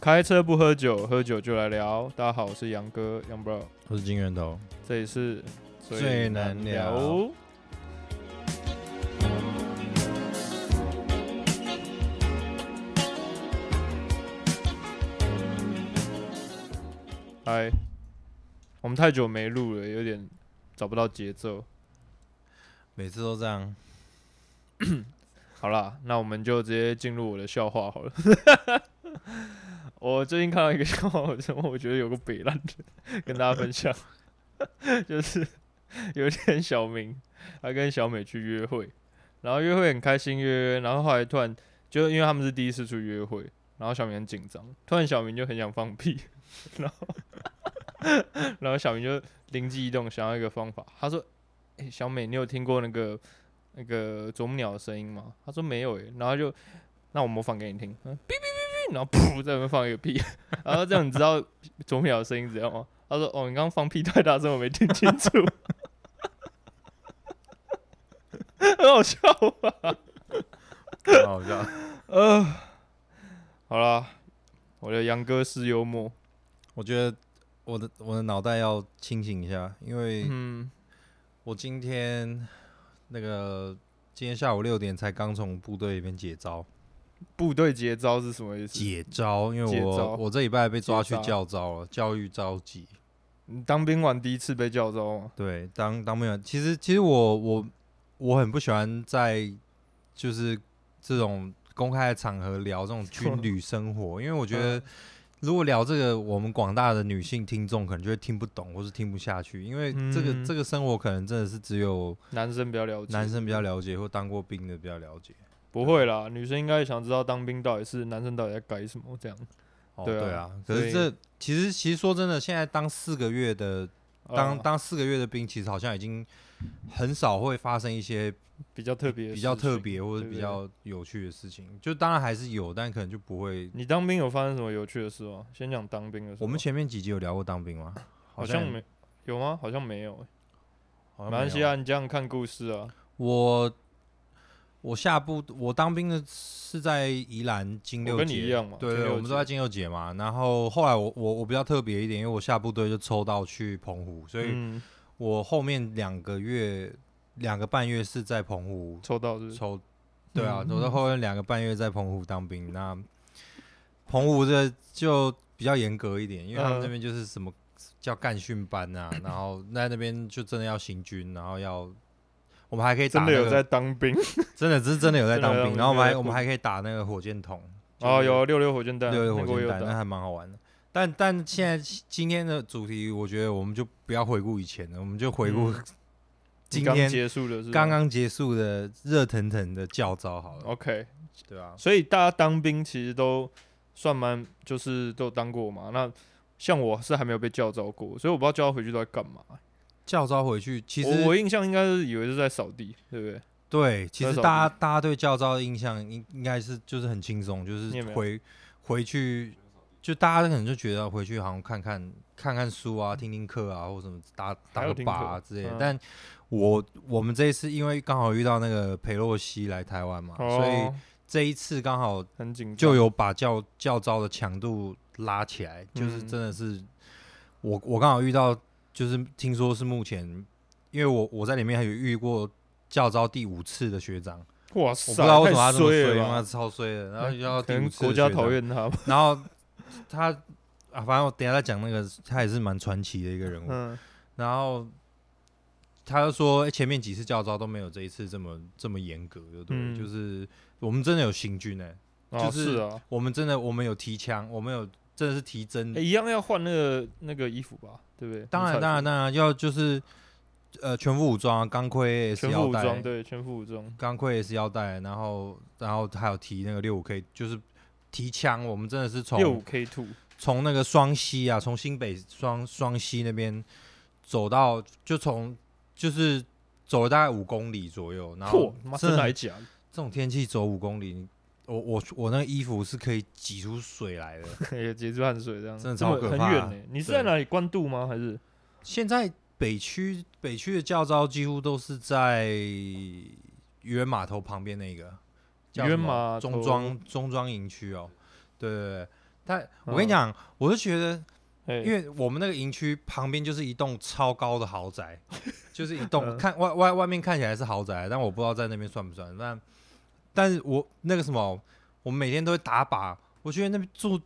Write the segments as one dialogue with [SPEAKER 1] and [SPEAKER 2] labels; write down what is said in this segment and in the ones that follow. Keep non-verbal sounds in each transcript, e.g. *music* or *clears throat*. [SPEAKER 1] 开车不喝酒，喝酒就来聊。大家好，我是杨哥杨 bro，
[SPEAKER 2] 我是金源头，
[SPEAKER 1] 这里是
[SPEAKER 2] 最难聊
[SPEAKER 1] 聊。嗨，我们太久没录了，有点找不到节奏。
[SPEAKER 2] 每次都这样。
[SPEAKER 1] 好啦，那我们就直接进入我的笑话好了。 *laughs* 我最近看到一个笑话，我怎么我觉得有个北烂的，跟大家分享， *laughs* 就是有一天小明他跟小美去约会，然后约会很开心约约，然后后来突然就因为他们是第一次出去约会，然后小明很紧张，突然小明就很想放屁， *laughs* 然后然后小明就灵机一动想要一个方法，他说：“哎、小美，你有听过那个那个啄木鸟的声音吗？”他说：“没有诶、然后就那我模仿给你听，嗯哔哔哔哔，然后噗在那边放一个屁， *laughs* 然后这样你知道啄木鸟的声音怎样吗？他说：“哦，你刚刚放屁太大声，我没听清楚。” *laughs* 很好笑吧？
[SPEAKER 2] *laughs* 很好笑。
[SPEAKER 1] 呃，好啦，我的杨哥是幽默，
[SPEAKER 2] *laughs* 我觉得我的我的脑袋要清醒一下，因为
[SPEAKER 1] 嗯，
[SPEAKER 2] 我今天那个今天下午六点才刚从部队里面解招，
[SPEAKER 1] 部队节招是什么意思？
[SPEAKER 2] 解招，因
[SPEAKER 1] 解
[SPEAKER 2] 为
[SPEAKER 1] 招
[SPEAKER 2] 我我这礼拜被抓
[SPEAKER 1] 解
[SPEAKER 2] 去
[SPEAKER 1] 招
[SPEAKER 2] 教招了，教育召集。
[SPEAKER 1] 你当兵完第一次被叫招吗？
[SPEAKER 2] 对，当当没有，其实其实我我我很不喜欢在就是这种公开的场合聊这种军旅生活，因为我觉
[SPEAKER 1] 嗯
[SPEAKER 2] 得如果聊这个，我们广大的女性听众可能就会听不懂，或是听不下去，因为这个、
[SPEAKER 1] 嗯
[SPEAKER 2] 这个生活可能真的是只有
[SPEAKER 1] 男生比较了解，
[SPEAKER 2] 男生比较了解，或当过兵的比较了解。
[SPEAKER 1] 不会啦，女生应该想知道当兵到底是男生到底在改什么这样。
[SPEAKER 2] 哦，
[SPEAKER 1] 对啊
[SPEAKER 2] 对啊，可
[SPEAKER 1] 所以
[SPEAKER 2] 是这其实其实说真的，现在当四个月的当、
[SPEAKER 1] 呃
[SPEAKER 2] 当四个月的兵，其实好像已经很少会发生一些
[SPEAKER 1] 比较特别的
[SPEAKER 2] 比较
[SPEAKER 1] 事情
[SPEAKER 2] 特别或者
[SPEAKER 1] 对不
[SPEAKER 2] 比
[SPEAKER 1] 对
[SPEAKER 2] 较有趣的事情，就当然还是有，但可能就不会。
[SPEAKER 1] 你当兵有发生什么有趣的事吗？先讲当兵的事。
[SPEAKER 2] 我们前面几集有聊过当兵吗？
[SPEAKER 1] 好
[SPEAKER 2] 像
[SPEAKER 1] 像，没有吗？好像没有欸、
[SPEAKER 2] 好
[SPEAKER 1] 没
[SPEAKER 2] 像
[SPEAKER 1] 关系
[SPEAKER 2] 有
[SPEAKER 1] 啊，。你这样看故事啊。
[SPEAKER 2] 我我下部我当兵的是在宜兰金六
[SPEAKER 1] 我
[SPEAKER 2] 节，
[SPEAKER 1] 跟你一样嘛
[SPEAKER 2] 对
[SPEAKER 1] 金
[SPEAKER 2] 对，
[SPEAKER 1] 六
[SPEAKER 2] 我们
[SPEAKER 1] 节
[SPEAKER 2] 都在金六节嘛。然后后来我我我比较特别一点，因为我下部队就抽到去澎湖，所以
[SPEAKER 1] 嗯，
[SPEAKER 2] 我后面两个月两个半月是在澎湖
[SPEAKER 1] 抽到是不是
[SPEAKER 2] 抽，对啊，
[SPEAKER 1] 嗯
[SPEAKER 2] 我在后面两个半月在澎湖当兵，那澎湖这就比较严格一点，因为他们
[SPEAKER 1] 嗯
[SPEAKER 2] 这边就是什么叫干训班
[SPEAKER 1] *coughs*
[SPEAKER 2] 啊，然后在那边就真的要行军，然后要我们还可以打、
[SPEAKER 1] 真
[SPEAKER 2] 那
[SPEAKER 1] 的
[SPEAKER 2] 个、
[SPEAKER 1] 有在当兵
[SPEAKER 2] 真的是真的有在
[SPEAKER 1] 真的
[SPEAKER 2] 当
[SPEAKER 1] 有
[SPEAKER 2] 兵，然后我
[SPEAKER 1] 有
[SPEAKER 2] 们
[SPEAKER 1] 在
[SPEAKER 2] 还
[SPEAKER 1] 火
[SPEAKER 2] 我们还可以打那个火箭筒，
[SPEAKER 1] 哦，有六六火箭弹，
[SPEAKER 2] 六个
[SPEAKER 1] 那
[SPEAKER 2] 火
[SPEAKER 1] 个我
[SPEAKER 2] 箭
[SPEAKER 1] 有
[SPEAKER 2] 弹，那
[SPEAKER 1] 打。
[SPEAKER 2] 还蛮好玩的。但但现在今天的主题，我觉得我们就不要回顾以前了，我们就回顾
[SPEAKER 1] 嗯
[SPEAKER 2] 今
[SPEAKER 1] 你刚
[SPEAKER 2] 天
[SPEAKER 1] 结束的是吗
[SPEAKER 2] 刚刚结束的热腾腾的教招好了，
[SPEAKER 1] OK，
[SPEAKER 2] 对啊，
[SPEAKER 1] 所以大家当兵其实都算蛮，就是都当过嘛。那像我是还没有被叫招过，所以我不知道叫他回去都在干嘛。
[SPEAKER 2] 教招回去，其
[SPEAKER 1] 我我
[SPEAKER 2] 实
[SPEAKER 1] 印象应该是以为是在扫地，对不对？
[SPEAKER 2] 对，其
[SPEAKER 1] 在
[SPEAKER 2] 实
[SPEAKER 1] 扫
[SPEAKER 2] 大家大家对教招的印象应应该是就是很轻松，就
[SPEAKER 1] 你也
[SPEAKER 2] 是
[SPEAKER 1] 没有
[SPEAKER 2] 回回去就大家可能就觉得回去好像看看看看书啊，听听课啊，或什么打
[SPEAKER 1] 嗯
[SPEAKER 2] 打
[SPEAKER 1] 还有
[SPEAKER 2] 个
[SPEAKER 1] 听
[SPEAKER 2] 靶啊
[SPEAKER 1] 课
[SPEAKER 2] 之类的。
[SPEAKER 1] 嗯
[SPEAKER 2] 但我我们这一次因为刚好遇到那个裴洛西来台湾嘛，啊所以
[SPEAKER 1] 哦、
[SPEAKER 2] 这一次刚好
[SPEAKER 1] 很紧张，
[SPEAKER 2] 就有把教教招的强度拉起来，就是
[SPEAKER 1] 嗯
[SPEAKER 2] 真的是、我我刚好遇到，就是听说是目前，因为我我在里面还有遇过教招第五次的学长，
[SPEAKER 1] 哇
[SPEAKER 2] 我
[SPEAKER 1] 塞，
[SPEAKER 2] 不知道为什么他
[SPEAKER 1] 太
[SPEAKER 2] 这么
[SPEAKER 1] 衰
[SPEAKER 2] 衰，
[SPEAKER 1] 了
[SPEAKER 2] 他
[SPEAKER 1] 吧，
[SPEAKER 2] 超衰的，然后遇到
[SPEAKER 1] 可
[SPEAKER 2] 第五
[SPEAKER 1] 能
[SPEAKER 2] 次的
[SPEAKER 1] 国家
[SPEAKER 2] 学长
[SPEAKER 1] 讨，厌他吧。
[SPEAKER 2] 然后他啊，反正我等一下再讲那个，他也是蛮传奇的一个人物，
[SPEAKER 1] 嗯，
[SPEAKER 2] 然后他就说、欸前面几次教招都没有这一次这么这么严格，对不对？
[SPEAKER 1] 嗯
[SPEAKER 2] 就是我们真的有行军哎、
[SPEAKER 1] 哦
[SPEAKER 2] 就是
[SPEAKER 1] 是啊，
[SPEAKER 2] 我们真的我们有提枪，我们有真的是提针。
[SPEAKER 1] 欸一样要换那个那个衣服吧，对不对？
[SPEAKER 2] 嗯当然
[SPEAKER 1] 迷彩
[SPEAKER 2] 当然
[SPEAKER 1] 服，
[SPEAKER 2] 当然要就是呃全副武装啊，钢盔 S
[SPEAKER 1] 全副
[SPEAKER 2] 腰
[SPEAKER 1] 武装，
[SPEAKER 2] 带，
[SPEAKER 1] 对，全副武装。
[SPEAKER 2] 钢盔 S 腰带，然后然后还有提那个六五 K，就是提枪。我们真的是
[SPEAKER 1] 六五
[SPEAKER 2] 从
[SPEAKER 1] K two，
[SPEAKER 2] 从那个双溪啊，从新北双双溪那边走到就从就是走了大概五公里左右，然
[SPEAKER 1] 嚯
[SPEAKER 2] 后，
[SPEAKER 1] 妈
[SPEAKER 2] 真
[SPEAKER 1] 真
[SPEAKER 2] 的
[SPEAKER 1] 的
[SPEAKER 2] 很
[SPEAKER 1] 还假的？ *laughs*
[SPEAKER 2] 这种天气走五公里，你我我我那个衣服是可以挤出水来的。
[SPEAKER 1] 也结出汗水这样，
[SPEAKER 2] 真的
[SPEAKER 1] 这
[SPEAKER 2] 超
[SPEAKER 1] 么
[SPEAKER 2] 可
[SPEAKER 1] 很
[SPEAKER 2] 怕
[SPEAKER 1] 远欸呢。你是在
[SPEAKER 2] 对
[SPEAKER 1] 哪里？关渡吗？还是
[SPEAKER 2] 现在北区北区的教招几乎都是在渔人码头旁边那个叫
[SPEAKER 1] 渔人
[SPEAKER 2] 什么
[SPEAKER 1] 码头
[SPEAKER 2] 中庄中庄营区哦，对对对。但我
[SPEAKER 1] 嗯
[SPEAKER 2] 跟你讲，我就觉得，因
[SPEAKER 1] 为
[SPEAKER 2] 为我们那个营区旁边就是一栋超高的豪宅，就是一栋
[SPEAKER 1] 嗯
[SPEAKER 2] 看外外外面看起来是豪宅，但我不知道在那边算不算。但但是我那个什么，我每天都会打靶，我觉得那边住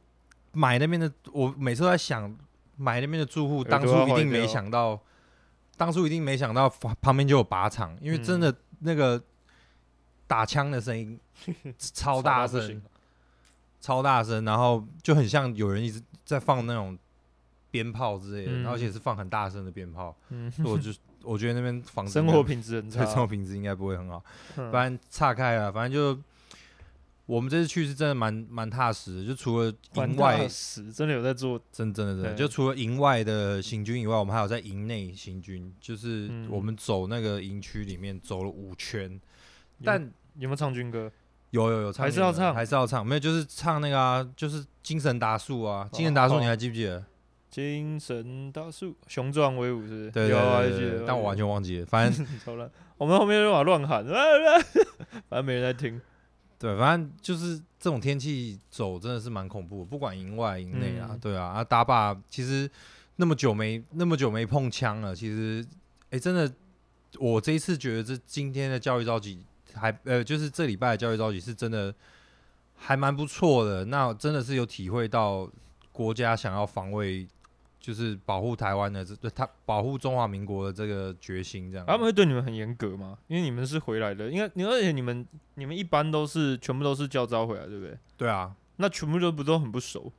[SPEAKER 2] 买那边的，我每次都在想买那边的住户，
[SPEAKER 1] 耳朵要
[SPEAKER 2] 当初一
[SPEAKER 1] 坏
[SPEAKER 2] 定没
[SPEAKER 1] 掉
[SPEAKER 2] 想到，当初一定没想到旁旁边就有靶场，因为真的那个打枪的声音超大
[SPEAKER 1] 不
[SPEAKER 2] 声
[SPEAKER 1] 行，
[SPEAKER 2] 超大声，然后就很像有人一直在放那种鞭炮之类的，
[SPEAKER 1] 嗯
[SPEAKER 2] 然后而且是放很大声的鞭
[SPEAKER 1] *laughs*
[SPEAKER 2] 炮。
[SPEAKER 1] 嗯
[SPEAKER 2] 所以我就我觉得那边房子
[SPEAKER 1] 生活品质很
[SPEAKER 2] 嗯对生活
[SPEAKER 1] 差，
[SPEAKER 2] 品质应该不会很好。
[SPEAKER 1] 嗯
[SPEAKER 2] 反正岔开了，反正就我们这次去是真的蛮蛮踏实的，就除了
[SPEAKER 1] 环
[SPEAKER 2] 营外
[SPEAKER 1] 大使真的有在做，
[SPEAKER 2] 真真的真的，
[SPEAKER 1] 对
[SPEAKER 2] 就除了营外的行军以外，我们还有在营内行军，就是
[SPEAKER 1] 嗯
[SPEAKER 2] 我们走那个营区里面走了五圈，
[SPEAKER 1] 有
[SPEAKER 2] 但
[SPEAKER 1] 有没有唱军歌？
[SPEAKER 2] 有有有唱
[SPEAKER 1] 还是要
[SPEAKER 2] 那个
[SPEAKER 1] 唱
[SPEAKER 2] 还是要唱，没有就是唱那个啊，就是精神达数啊，精神达数
[SPEAKER 1] 哦
[SPEAKER 2] 你还记不记得？
[SPEAKER 1] 精神大树，雄壮威武，是不是？
[SPEAKER 2] 对
[SPEAKER 1] 有
[SPEAKER 2] 对
[SPEAKER 1] 啊，
[SPEAKER 2] 对
[SPEAKER 1] 就
[SPEAKER 2] 对
[SPEAKER 1] 记
[SPEAKER 2] 对
[SPEAKER 1] 得
[SPEAKER 2] 但我完全忘记了，反正
[SPEAKER 1] *laughs* 超烂。我们后面就往乱喊， *laughs* 啊啊反正没人在
[SPEAKER 2] 嗯
[SPEAKER 1] 听。
[SPEAKER 2] 对，反正就是这种天气走真的是蛮恐怖的，不管营外营内啊，
[SPEAKER 1] 嗯
[SPEAKER 2] 对啊，啊打靶其实那么久没那么久没碰枪了，其实哎、诶真的，我这一次觉得这今天的教育召集还呃就是这礼拜的教育召集是真的还蛮不错的，那真的是有体会到国家想要防卫。就是保护台湾的这，对他保护中华民国的这个决心，这样。
[SPEAKER 1] 他们会对你们很严格吗？因为你们是回来的，应该你而且你们你们一般都是全部都是教招回来，对不对？
[SPEAKER 2] 对啊，
[SPEAKER 1] 那全部都不都很不熟。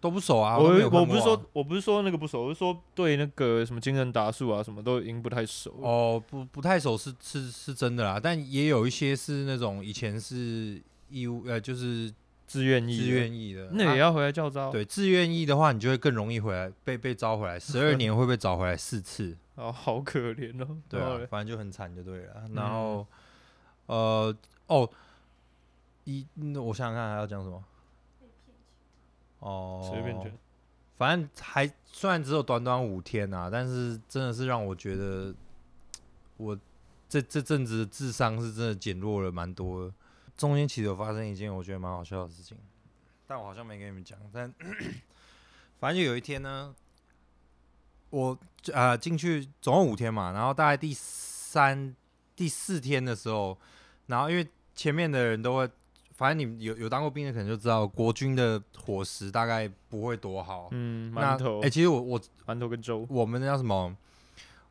[SPEAKER 2] 都不熟啊。
[SPEAKER 1] 我
[SPEAKER 2] 都没有看
[SPEAKER 1] 我不是
[SPEAKER 2] 过啊
[SPEAKER 1] 说我不是说那个不熟，我是说对那个什么精神达数啊什么都已经不太熟了。
[SPEAKER 2] 哦，不不太熟是是是真的啦，但也有一些是那种以前是义务呃，就是
[SPEAKER 1] 自愿意的，
[SPEAKER 2] 自愿意的，
[SPEAKER 1] 那也
[SPEAKER 2] 啊
[SPEAKER 1] 要回来教招。
[SPEAKER 2] 对自愿意的话，你就会更容易回来被被招回来，十二年会被找回来
[SPEAKER 1] *laughs*
[SPEAKER 2] 四次，
[SPEAKER 1] 哦，好可怜哦。
[SPEAKER 2] 对
[SPEAKER 1] 然
[SPEAKER 2] 啊
[SPEAKER 1] 后嘞，
[SPEAKER 2] 反正就很惨就对了。
[SPEAKER 1] 嗯
[SPEAKER 2] 然后、呃哦，一嗯我想想看还要讲什么？哦，
[SPEAKER 1] 随便卷。
[SPEAKER 2] 反正还虽然只有短短五天啊，但是真的是让我觉得我这这阵子的智商是真的减弱了蛮多的。中间其实有发生一件我觉得蛮好笑的事情，但我好像没跟你们讲。但 *clears throat* 反正就有一天呢，我呃进去总共五天嘛，然后大概第三、第四天的时候，然后因为前面的人都会，反正你们有有当过兵的可能就知道，国军的伙食大概不会多好。
[SPEAKER 1] 嗯，
[SPEAKER 2] 那
[SPEAKER 1] 馒头
[SPEAKER 2] 哎、，其实我我
[SPEAKER 1] 馒头跟粥，
[SPEAKER 2] 我们那叫什么？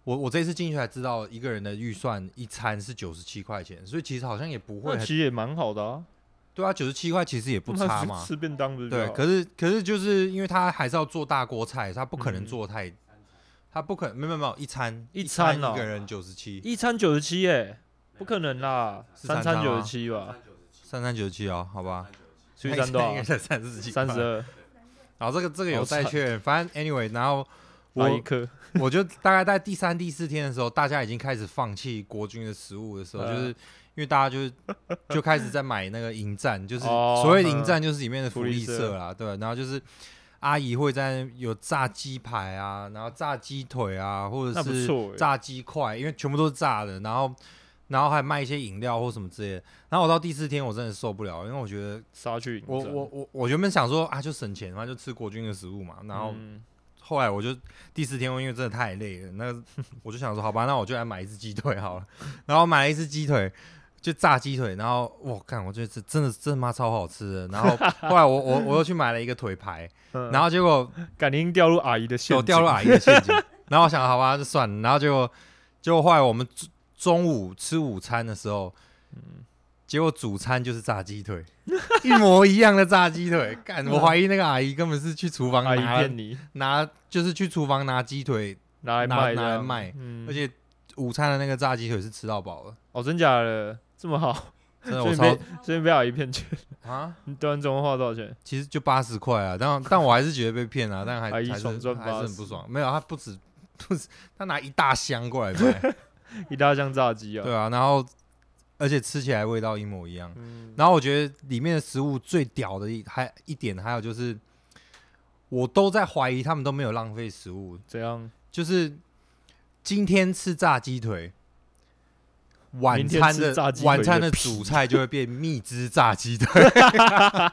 [SPEAKER 2] 我我这次进去才知道，一个人的预算一餐是九十七块钱，所以其实好像也不会
[SPEAKER 1] 那
[SPEAKER 2] 很
[SPEAKER 1] 其实也蛮好的啊，
[SPEAKER 2] 对啊，九十七块其实也不
[SPEAKER 1] 那
[SPEAKER 2] 差
[SPEAKER 1] 吃
[SPEAKER 2] 嘛。
[SPEAKER 1] 吃哦便当不是比较
[SPEAKER 2] 对，
[SPEAKER 1] 好？
[SPEAKER 2] 可是可是就是因为他还是要做大锅菜，他不可能
[SPEAKER 1] 嗯
[SPEAKER 2] 做太，他不可能没有没有没有一餐
[SPEAKER 1] 一
[SPEAKER 2] 餐
[SPEAKER 1] 餐哦
[SPEAKER 2] 一个人九十七，
[SPEAKER 1] 一餐九十七耶，不可能啦，
[SPEAKER 2] 是
[SPEAKER 1] 三
[SPEAKER 2] 三
[SPEAKER 1] 餐
[SPEAKER 2] 餐
[SPEAKER 1] 九
[SPEAKER 2] 吗
[SPEAKER 1] 十七吧，
[SPEAKER 2] 三三九七哦，好吧，
[SPEAKER 1] 除以三多
[SPEAKER 2] 应该
[SPEAKER 1] 少？啊
[SPEAKER 2] 才三十几，
[SPEAKER 1] 三十。二，
[SPEAKER 2] 然后这个这个有
[SPEAKER 1] 好
[SPEAKER 2] 债
[SPEAKER 1] 惨
[SPEAKER 2] 券，反正 anyway，然后
[SPEAKER 1] 拿一
[SPEAKER 2] 我
[SPEAKER 1] 颗， *laughs*
[SPEAKER 2] 我就大概在第三、第四天的时候，大家已经开始放弃国军的食物的时候，
[SPEAKER 1] 嗯
[SPEAKER 2] 就是因为大家就是就开始在买那个营站，就是
[SPEAKER 1] 哦
[SPEAKER 2] 所谓的营
[SPEAKER 1] 嗯
[SPEAKER 2] 站就是里面的
[SPEAKER 1] 福
[SPEAKER 2] 福
[SPEAKER 1] 利
[SPEAKER 2] 利
[SPEAKER 1] 社
[SPEAKER 2] 社啦，对，啊然后就是阿姨会在有炸鸡排啊，然后炸鸡腿啊，或者
[SPEAKER 1] 那不
[SPEAKER 2] 是
[SPEAKER 1] 错欸耶
[SPEAKER 2] 炸鸡块，因为全部都是炸的，然后然后还卖一些饮料或什么之类的。然后我到第四天我真的受不了，因为我觉得
[SPEAKER 1] 杀去营
[SPEAKER 2] 我
[SPEAKER 1] 战
[SPEAKER 2] 我我我原本想说啊就省钱嘛，就吃国军的食物嘛，然后。
[SPEAKER 1] 嗯
[SPEAKER 2] 后来我就第四天，因为真的太累了，
[SPEAKER 1] *laughs*
[SPEAKER 2] 那我就想说，好吧，那我就来买一只鸡腿好了。然后买了一只鸡腿，就炸鸡腿，然后我看，我觉得这真的真的妈超好吃的。
[SPEAKER 1] *laughs*
[SPEAKER 2] 然后后来我我我又去买了一个腿排，
[SPEAKER 1] 嗯
[SPEAKER 2] 然后结果
[SPEAKER 1] 感情掉入阿姨的陷
[SPEAKER 2] 就
[SPEAKER 1] 阱，
[SPEAKER 2] 掉入阿姨的陷阱。然后我想，好吧，就算了。然后结果结果后来我们中中午吃午餐的时候，
[SPEAKER 1] 嗯
[SPEAKER 2] 结果主餐就是炸鸡腿，一模一样的炸鸡腿。
[SPEAKER 1] *laughs*
[SPEAKER 2] 干，我怀疑那个阿姨根本是去厨房
[SPEAKER 1] 阿姨
[SPEAKER 2] 拿
[SPEAKER 1] 骗你，
[SPEAKER 2] 拿，就是去厨房拿鸡腿
[SPEAKER 1] 拿来
[SPEAKER 2] 拿
[SPEAKER 1] 卖，
[SPEAKER 2] 拿来卖，
[SPEAKER 1] 嗯
[SPEAKER 2] 而，且午餐的那个炸鸡腿是吃到饱了，
[SPEAKER 1] 哦，真假的这么好，
[SPEAKER 2] 真的
[SPEAKER 1] 所
[SPEAKER 2] 我
[SPEAKER 1] 以被
[SPEAKER 2] 超
[SPEAKER 1] 所以被阿姨骗去，
[SPEAKER 2] 啊，
[SPEAKER 1] 你端总共花多少
[SPEAKER 2] *laughs*
[SPEAKER 1] 钱？
[SPEAKER 2] 其实就八十块啊，但但我还是觉得被骗啊，但还
[SPEAKER 1] 阿
[SPEAKER 2] 还
[SPEAKER 1] 姨
[SPEAKER 2] 是还
[SPEAKER 1] 爽
[SPEAKER 2] 是
[SPEAKER 1] 赚
[SPEAKER 2] 很
[SPEAKER 1] 80
[SPEAKER 2] 不爽。没有，他不止不止，他拿一大箱
[SPEAKER 1] *laughs*
[SPEAKER 2] 过来
[SPEAKER 1] 啊
[SPEAKER 2] 卖，
[SPEAKER 1] 一大箱炸鸡啊，
[SPEAKER 2] 对啊，然后而且吃起来味道一模一样。
[SPEAKER 1] 嗯，
[SPEAKER 2] 然后我觉得里面的食物最屌的一还一点，还有就是我都在怀疑他们都没有浪费食物，
[SPEAKER 1] 怎样？
[SPEAKER 2] 就是今天吃炸鸡腿，晚
[SPEAKER 1] 明天
[SPEAKER 2] 餐
[SPEAKER 1] 吃
[SPEAKER 2] 的
[SPEAKER 1] 炸鸡
[SPEAKER 2] 晚
[SPEAKER 1] 腿
[SPEAKER 2] 餐
[SPEAKER 1] 的
[SPEAKER 2] 的主菜就会变蜜汁炸
[SPEAKER 1] *laughs*
[SPEAKER 2] 鸡腿，
[SPEAKER 1] 还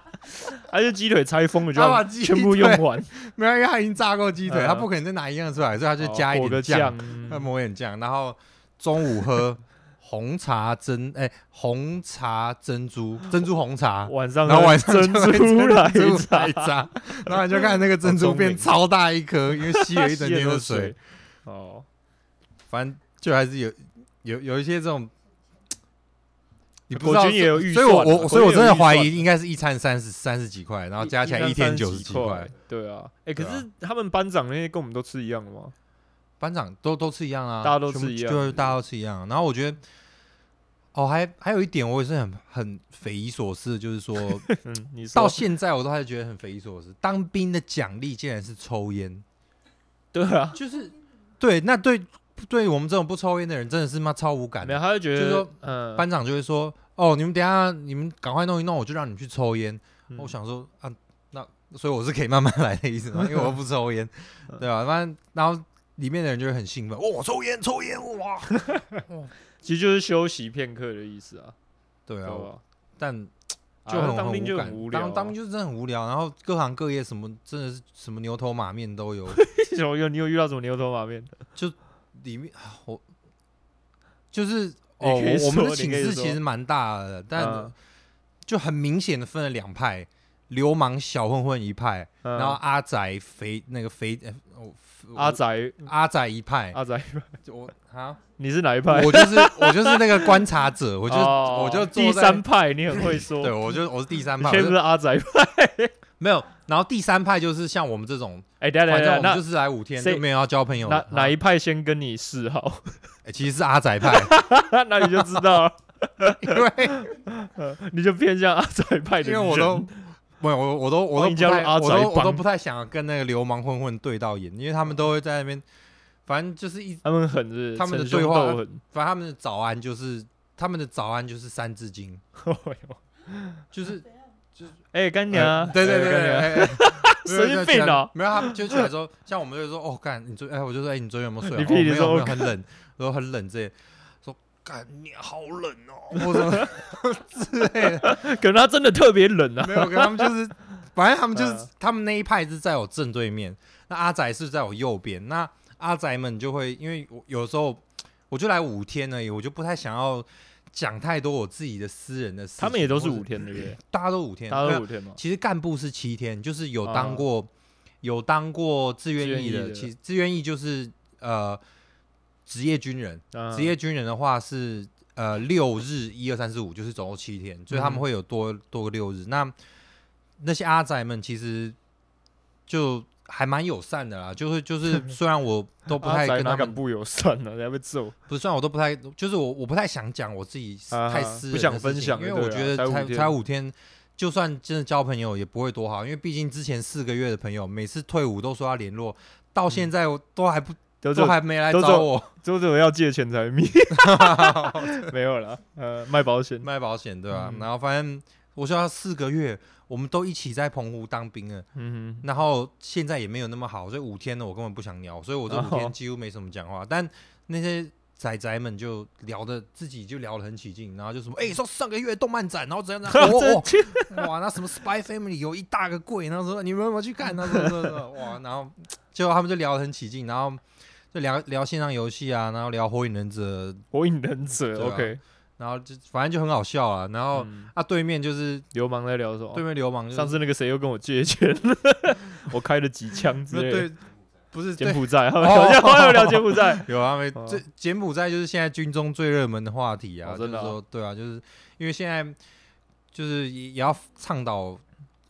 [SPEAKER 1] 哎是鸡腿拆封了就
[SPEAKER 2] 他
[SPEAKER 1] 要
[SPEAKER 2] 把鸡
[SPEAKER 1] 全部
[SPEAKER 2] 腿
[SPEAKER 1] 用完，
[SPEAKER 2] 没有，因为他已经炸过鸡腿，
[SPEAKER 1] 嗯
[SPEAKER 2] 他不可能再拿一样出来，所以他就
[SPEAKER 1] 哦
[SPEAKER 2] 加一
[SPEAKER 1] 裹
[SPEAKER 2] 点
[SPEAKER 1] 个
[SPEAKER 2] 酱，
[SPEAKER 1] 酱，
[SPEAKER 2] 嗯
[SPEAKER 1] 嗯
[SPEAKER 2] 他抹一点酱，然后中午喝红茶珍哎红茶珍珠珍珠红茶，
[SPEAKER 1] 晚上
[SPEAKER 2] 然后
[SPEAKER 1] 喝
[SPEAKER 2] 晚上
[SPEAKER 1] 珍
[SPEAKER 2] 就会
[SPEAKER 1] 珠来
[SPEAKER 2] *laughs* 珍珠
[SPEAKER 1] 炸
[SPEAKER 2] 奶，茶，然后你就看那个珍珠
[SPEAKER 1] 聪
[SPEAKER 2] 变
[SPEAKER 1] 明
[SPEAKER 2] 超大一颗，因为 *laughs* 吸了一
[SPEAKER 1] *laughs*
[SPEAKER 2] 整
[SPEAKER 1] 吸
[SPEAKER 2] 天
[SPEAKER 1] 很多
[SPEAKER 2] 的水，。
[SPEAKER 1] 哦，
[SPEAKER 2] 反正就还是有有有一些这种。你不知
[SPEAKER 1] 国
[SPEAKER 2] 道
[SPEAKER 1] 军也有预
[SPEAKER 2] 所
[SPEAKER 1] 算
[SPEAKER 2] 以
[SPEAKER 1] 啊，
[SPEAKER 2] 我我所以我
[SPEAKER 1] 国军
[SPEAKER 2] 真
[SPEAKER 1] 也有
[SPEAKER 2] 的
[SPEAKER 1] 预
[SPEAKER 2] 怀
[SPEAKER 1] 算
[SPEAKER 2] 疑，应该是一餐三十三十几块，然后加起来一天
[SPEAKER 1] 餐
[SPEAKER 2] 九十
[SPEAKER 1] 30
[SPEAKER 2] 几块
[SPEAKER 1] 块。，对啊，哎，可
[SPEAKER 2] 对啊
[SPEAKER 1] 是他们班长那些跟我们都吃一样的
[SPEAKER 2] *laughs*
[SPEAKER 1] 吗？
[SPEAKER 2] 班长都都吃一样啊，
[SPEAKER 1] 大家都
[SPEAKER 2] 全部
[SPEAKER 1] 吃一样
[SPEAKER 2] 就是大家都吃一样。然后我觉得，哦，还还有一点，我也是很很匪夷所思的，就
[SPEAKER 1] *laughs*
[SPEAKER 2] 是说
[SPEAKER 1] 嗯，你说
[SPEAKER 2] 到现在我都还觉得很匪夷所思，当兵的奖励竟然是抽烟，
[SPEAKER 1] *laughs* 对
[SPEAKER 2] *laughs*
[SPEAKER 1] 啊，
[SPEAKER 2] 就是对，那对对我们这种不抽烟的人真的是妈超无感
[SPEAKER 1] 没有，
[SPEAKER 2] 的。
[SPEAKER 1] 他就觉
[SPEAKER 2] 就是
[SPEAKER 1] 得
[SPEAKER 2] 说，
[SPEAKER 1] 嗯，
[SPEAKER 2] 班长就会说，哦，你们等一下你们赶快弄一弄，我就让你们去抽烟。
[SPEAKER 1] 嗯
[SPEAKER 2] 我想说啊，那所以我是可以慢慢来的
[SPEAKER 1] *laughs*
[SPEAKER 2] 意思嘛，因为我又不抽烟，对吧、反正然后里面的人就会很兴奋，哦，抽烟抽烟哇，
[SPEAKER 1] 其实就是休息片刻的意思啊，
[SPEAKER 2] 对
[SPEAKER 1] 对
[SPEAKER 2] 啊，
[SPEAKER 1] 吧？
[SPEAKER 2] 但
[SPEAKER 1] 啊
[SPEAKER 2] 就很、
[SPEAKER 1] 当兵就
[SPEAKER 2] 很
[SPEAKER 1] 很
[SPEAKER 2] 无
[SPEAKER 1] 无
[SPEAKER 2] 感
[SPEAKER 1] 聊啊，
[SPEAKER 2] 当当兵就是真的很无聊，然后各行各业什么真的是什么牛头马面
[SPEAKER 1] *laughs*
[SPEAKER 2] 都有，
[SPEAKER 1] 什么有你有遇到什么牛头马面的？
[SPEAKER 2] 里面啊我就是哦，
[SPEAKER 1] 你可以
[SPEAKER 2] 我我们
[SPEAKER 1] 说
[SPEAKER 2] 的寝
[SPEAKER 1] 你可以
[SPEAKER 2] 室
[SPEAKER 1] 说
[SPEAKER 2] 其实蛮大的，但
[SPEAKER 1] 嗯
[SPEAKER 2] 就很明显的分了两派，流氓小混混一派，
[SPEAKER 1] 嗯
[SPEAKER 2] 然后阿宅肥那个肥、呃我
[SPEAKER 1] 阿宅
[SPEAKER 2] 阿仔一派，
[SPEAKER 1] 阿宅，
[SPEAKER 2] 就我啊，
[SPEAKER 1] 你是哪一派？
[SPEAKER 2] 哎我就是我就是那个观
[SPEAKER 1] *laughs*
[SPEAKER 2] 察者，我就
[SPEAKER 1] 哦
[SPEAKER 2] 我就坐
[SPEAKER 1] 第
[SPEAKER 2] 在
[SPEAKER 1] 三，派，你很会说，
[SPEAKER 2] *laughs* 对我就我是第三
[SPEAKER 1] 你
[SPEAKER 2] 派，
[SPEAKER 1] 现在
[SPEAKER 2] 我
[SPEAKER 1] 不
[SPEAKER 2] 就是
[SPEAKER 1] 阿宅派。
[SPEAKER 2] 没有。然后第三派就是像我们这种，
[SPEAKER 1] 哎，等一下等
[SPEAKER 2] 反
[SPEAKER 1] 一
[SPEAKER 2] 正
[SPEAKER 1] 下，
[SPEAKER 2] 我们就
[SPEAKER 1] 那
[SPEAKER 2] 是来五天
[SPEAKER 1] 谁
[SPEAKER 2] 就没有啊要交朋友
[SPEAKER 1] 哪
[SPEAKER 2] 的。
[SPEAKER 1] 哪一派先跟你示好？ *laughs*
[SPEAKER 2] 哎其实是阿仔派，
[SPEAKER 1] 那你就知道了，
[SPEAKER 2] 因为
[SPEAKER 1] *laughs* 你就偏向阿宅派的
[SPEAKER 2] 因为
[SPEAKER 1] 人。
[SPEAKER 2] 我都。不，我我都我
[SPEAKER 1] 欢
[SPEAKER 2] 都
[SPEAKER 1] 迎
[SPEAKER 2] 不
[SPEAKER 1] 加入
[SPEAKER 2] 太，
[SPEAKER 1] 阿
[SPEAKER 2] 我
[SPEAKER 1] 宅
[SPEAKER 2] 都我都
[SPEAKER 1] 帮
[SPEAKER 2] 不太想跟那个流氓混混对到眼，因为他们都会在那边，反正就是一，
[SPEAKER 1] 他们很是不是
[SPEAKER 2] 他们的
[SPEAKER 1] 逞凶
[SPEAKER 2] 对话
[SPEAKER 1] 斗狠
[SPEAKER 2] 反正他们的早安就是他们的早安就是三字经，
[SPEAKER 1] 哎呦
[SPEAKER 2] 就是
[SPEAKER 1] *laughs* 哎，干娘啊
[SPEAKER 2] 呃，对对
[SPEAKER 1] 哎
[SPEAKER 2] 对
[SPEAKER 1] 干
[SPEAKER 2] 对，
[SPEAKER 1] 娘啊
[SPEAKER 2] 哎哎没有
[SPEAKER 1] *laughs* 神经
[SPEAKER 2] 没有
[SPEAKER 1] 病哦
[SPEAKER 2] 没有，
[SPEAKER 1] *laughs*
[SPEAKER 2] 他们就起来说，像我们就说，哦，干，你昨哎，我就说，哎，你昨天有没有睡
[SPEAKER 1] *laughs*
[SPEAKER 2] 啊？
[SPEAKER 1] 你
[SPEAKER 2] 哦
[SPEAKER 1] 屁
[SPEAKER 2] 没
[SPEAKER 1] 你
[SPEAKER 2] 有
[SPEAKER 1] 说
[SPEAKER 2] 没有
[SPEAKER 1] 我
[SPEAKER 2] 很
[SPEAKER 1] *laughs*
[SPEAKER 2] 冷，我说很冷这些，说干你好冷
[SPEAKER 1] *laughs*
[SPEAKER 2] 哦，或者什么之类的，
[SPEAKER 1] 可能他真的特别冷啊。
[SPEAKER 2] 没有，跟他们就是，反正他们就是
[SPEAKER 1] *laughs* 嗯
[SPEAKER 2] 他们那一派是在我正对面，那阿仔是在我右边，那阿仔们就会因为我有时候我就来五天而已，我就不太想要讲太多我自己的私人的事情，
[SPEAKER 1] 他们也都是
[SPEAKER 2] 或者
[SPEAKER 1] 五，天，对不对？
[SPEAKER 2] 大家都五天，
[SPEAKER 1] 大家
[SPEAKER 2] 对啊
[SPEAKER 1] 都五天嘛。
[SPEAKER 2] 其实干部是七天，就是有当
[SPEAKER 1] 啊
[SPEAKER 2] 过、有当过志愿役
[SPEAKER 1] 志愿役
[SPEAKER 2] 的。
[SPEAKER 1] 的
[SPEAKER 2] 其实志愿役就是呃职业军人，
[SPEAKER 1] 啊
[SPEAKER 2] 职业军人的话是呃六日一二三四五，就是总共七天，所以他们
[SPEAKER 1] 嗯
[SPEAKER 2] 会有多、多个六日。那那些阿仔们其实就还蛮友善的啦，就是就是
[SPEAKER 1] *laughs*
[SPEAKER 2] 虽然我都不
[SPEAKER 1] 阿
[SPEAKER 2] 太
[SPEAKER 1] 啊宅
[SPEAKER 2] 跟
[SPEAKER 1] 哪
[SPEAKER 2] 他
[SPEAKER 1] 敢
[SPEAKER 2] 们，
[SPEAKER 1] 不友善呢？人家被
[SPEAKER 2] *laughs*
[SPEAKER 1] 揍。
[SPEAKER 2] 不是虽然我都不太，就是我我不太想讲我自己私
[SPEAKER 1] 啊
[SPEAKER 2] 太私人的
[SPEAKER 1] 不想
[SPEAKER 2] 事
[SPEAKER 1] 分
[SPEAKER 2] 情
[SPEAKER 1] 享
[SPEAKER 2] 因
[SPEAKER 1] 的
[SPEAKER 2] 为
[SPEAKER 1] 对
[SPEAKER 2] 我
[SPEAKER 1] 啊
[SPEAKER 2] 觉得
[SPEAKER 1] 才五
[SPEAKER 2] 才
[SPEAKER 1] 天
[SPEAKER 2] 才五天，就算真的交朋友也不会多好，因为毕竟之前四个月的朋友，每次退伍都说要联络，到现在我都还不
[SPEAKER 1] 嗯都
[SPEAKER 2] 都
[SPEAKER 1] 是
[SPEAKER 2] 还没来
[SPEAKER 1] 都只
[SPEAKER 2] 找
[SPEAKER 1] 有 *laughs*
[SPEAKER 2] 我
[SPEAKER 1] 周总要借钱才
[SPEAKER 2] *laughs*
[SPEAKER 1] 密， *laughs* 没有啦，呃，卖保险。
[SPEAKER 2] 卖保险，对吧？
[SPEAKER 1] 嗯
[SPEAKER 2] 然后反正我说要四个月，我们都一起在澎湖当兵了，
[SPEAKER 1] 嗯
[SPEAKER 2] 然后现在也没有那么好，所以五天呢我根本不想聊，所以我这五天
[SPEAKER 1] 哦
[SPEAKER 2] 几乎没什么讲话，但那些。仔仔们就聊的自己就聊得很起劲，然后就什么哎、说上个月动漫展，然后怎样怎
[SPEAKER 1] 哼，
[SPEAKER 2] 样，哦哦
[SPEAKER 1] *laughs* 真气
[SPEAKER 2] 哇，那什么 Spy Family 有一大个柜，然后说你们有没有去看？然后说说说哇，然后结果他们就聊得很起劲，然后就聊聊线上游戏啊，然后聊火影忍者，
[SPEAKER 1] 火影忍
[SPEAKER 2] 对
[SPEAKER 1] 者
[SPEAKER 2] 啊
[SPEAKER 1] ，OK。
[SPEAKER 2] 然后就反正就很好笑啊。然后、
[SPEAKER 1] 嗯
[SPEAKER 2] 啊，对面就是
[SPEAKER 1] 流氓在聊什么？
[SPEAKER 2] 对面流氓、就是，
[SPEAKER 1] 上次那个谁又跟我借钱，我开了 *laughs* 几枪之
[SPEAKER 2] 那
[SPEAKER 1] 类的。
[SPEAKER 2] 对不是
[SPEAKER 1] 柬
[SPEAKER 2] 对
[SPEAKER 1] 埔
[SPEAKER 2] *laughs*
[SPEAKER 1] 寨，他
[SPEAKER 2] 哦
[SPEAKER 1] 们好像好像聊柬埔寨。
[SPEAKER 2] *laughs* 有啊，没
[SPEAKER 1] 哦
[SPEAKER 2] 这柬埔寨就是现在军中最热门的话题
[SPEAKER 1] 哦
[SPEAKER 2] 啊，就
[SPEAKER 1] 真
[SPEAKER 2] 是
[SPEAKER 1] 的啊
[SPEAKER 2] 说对啊，就是因为现在就是也也要倡导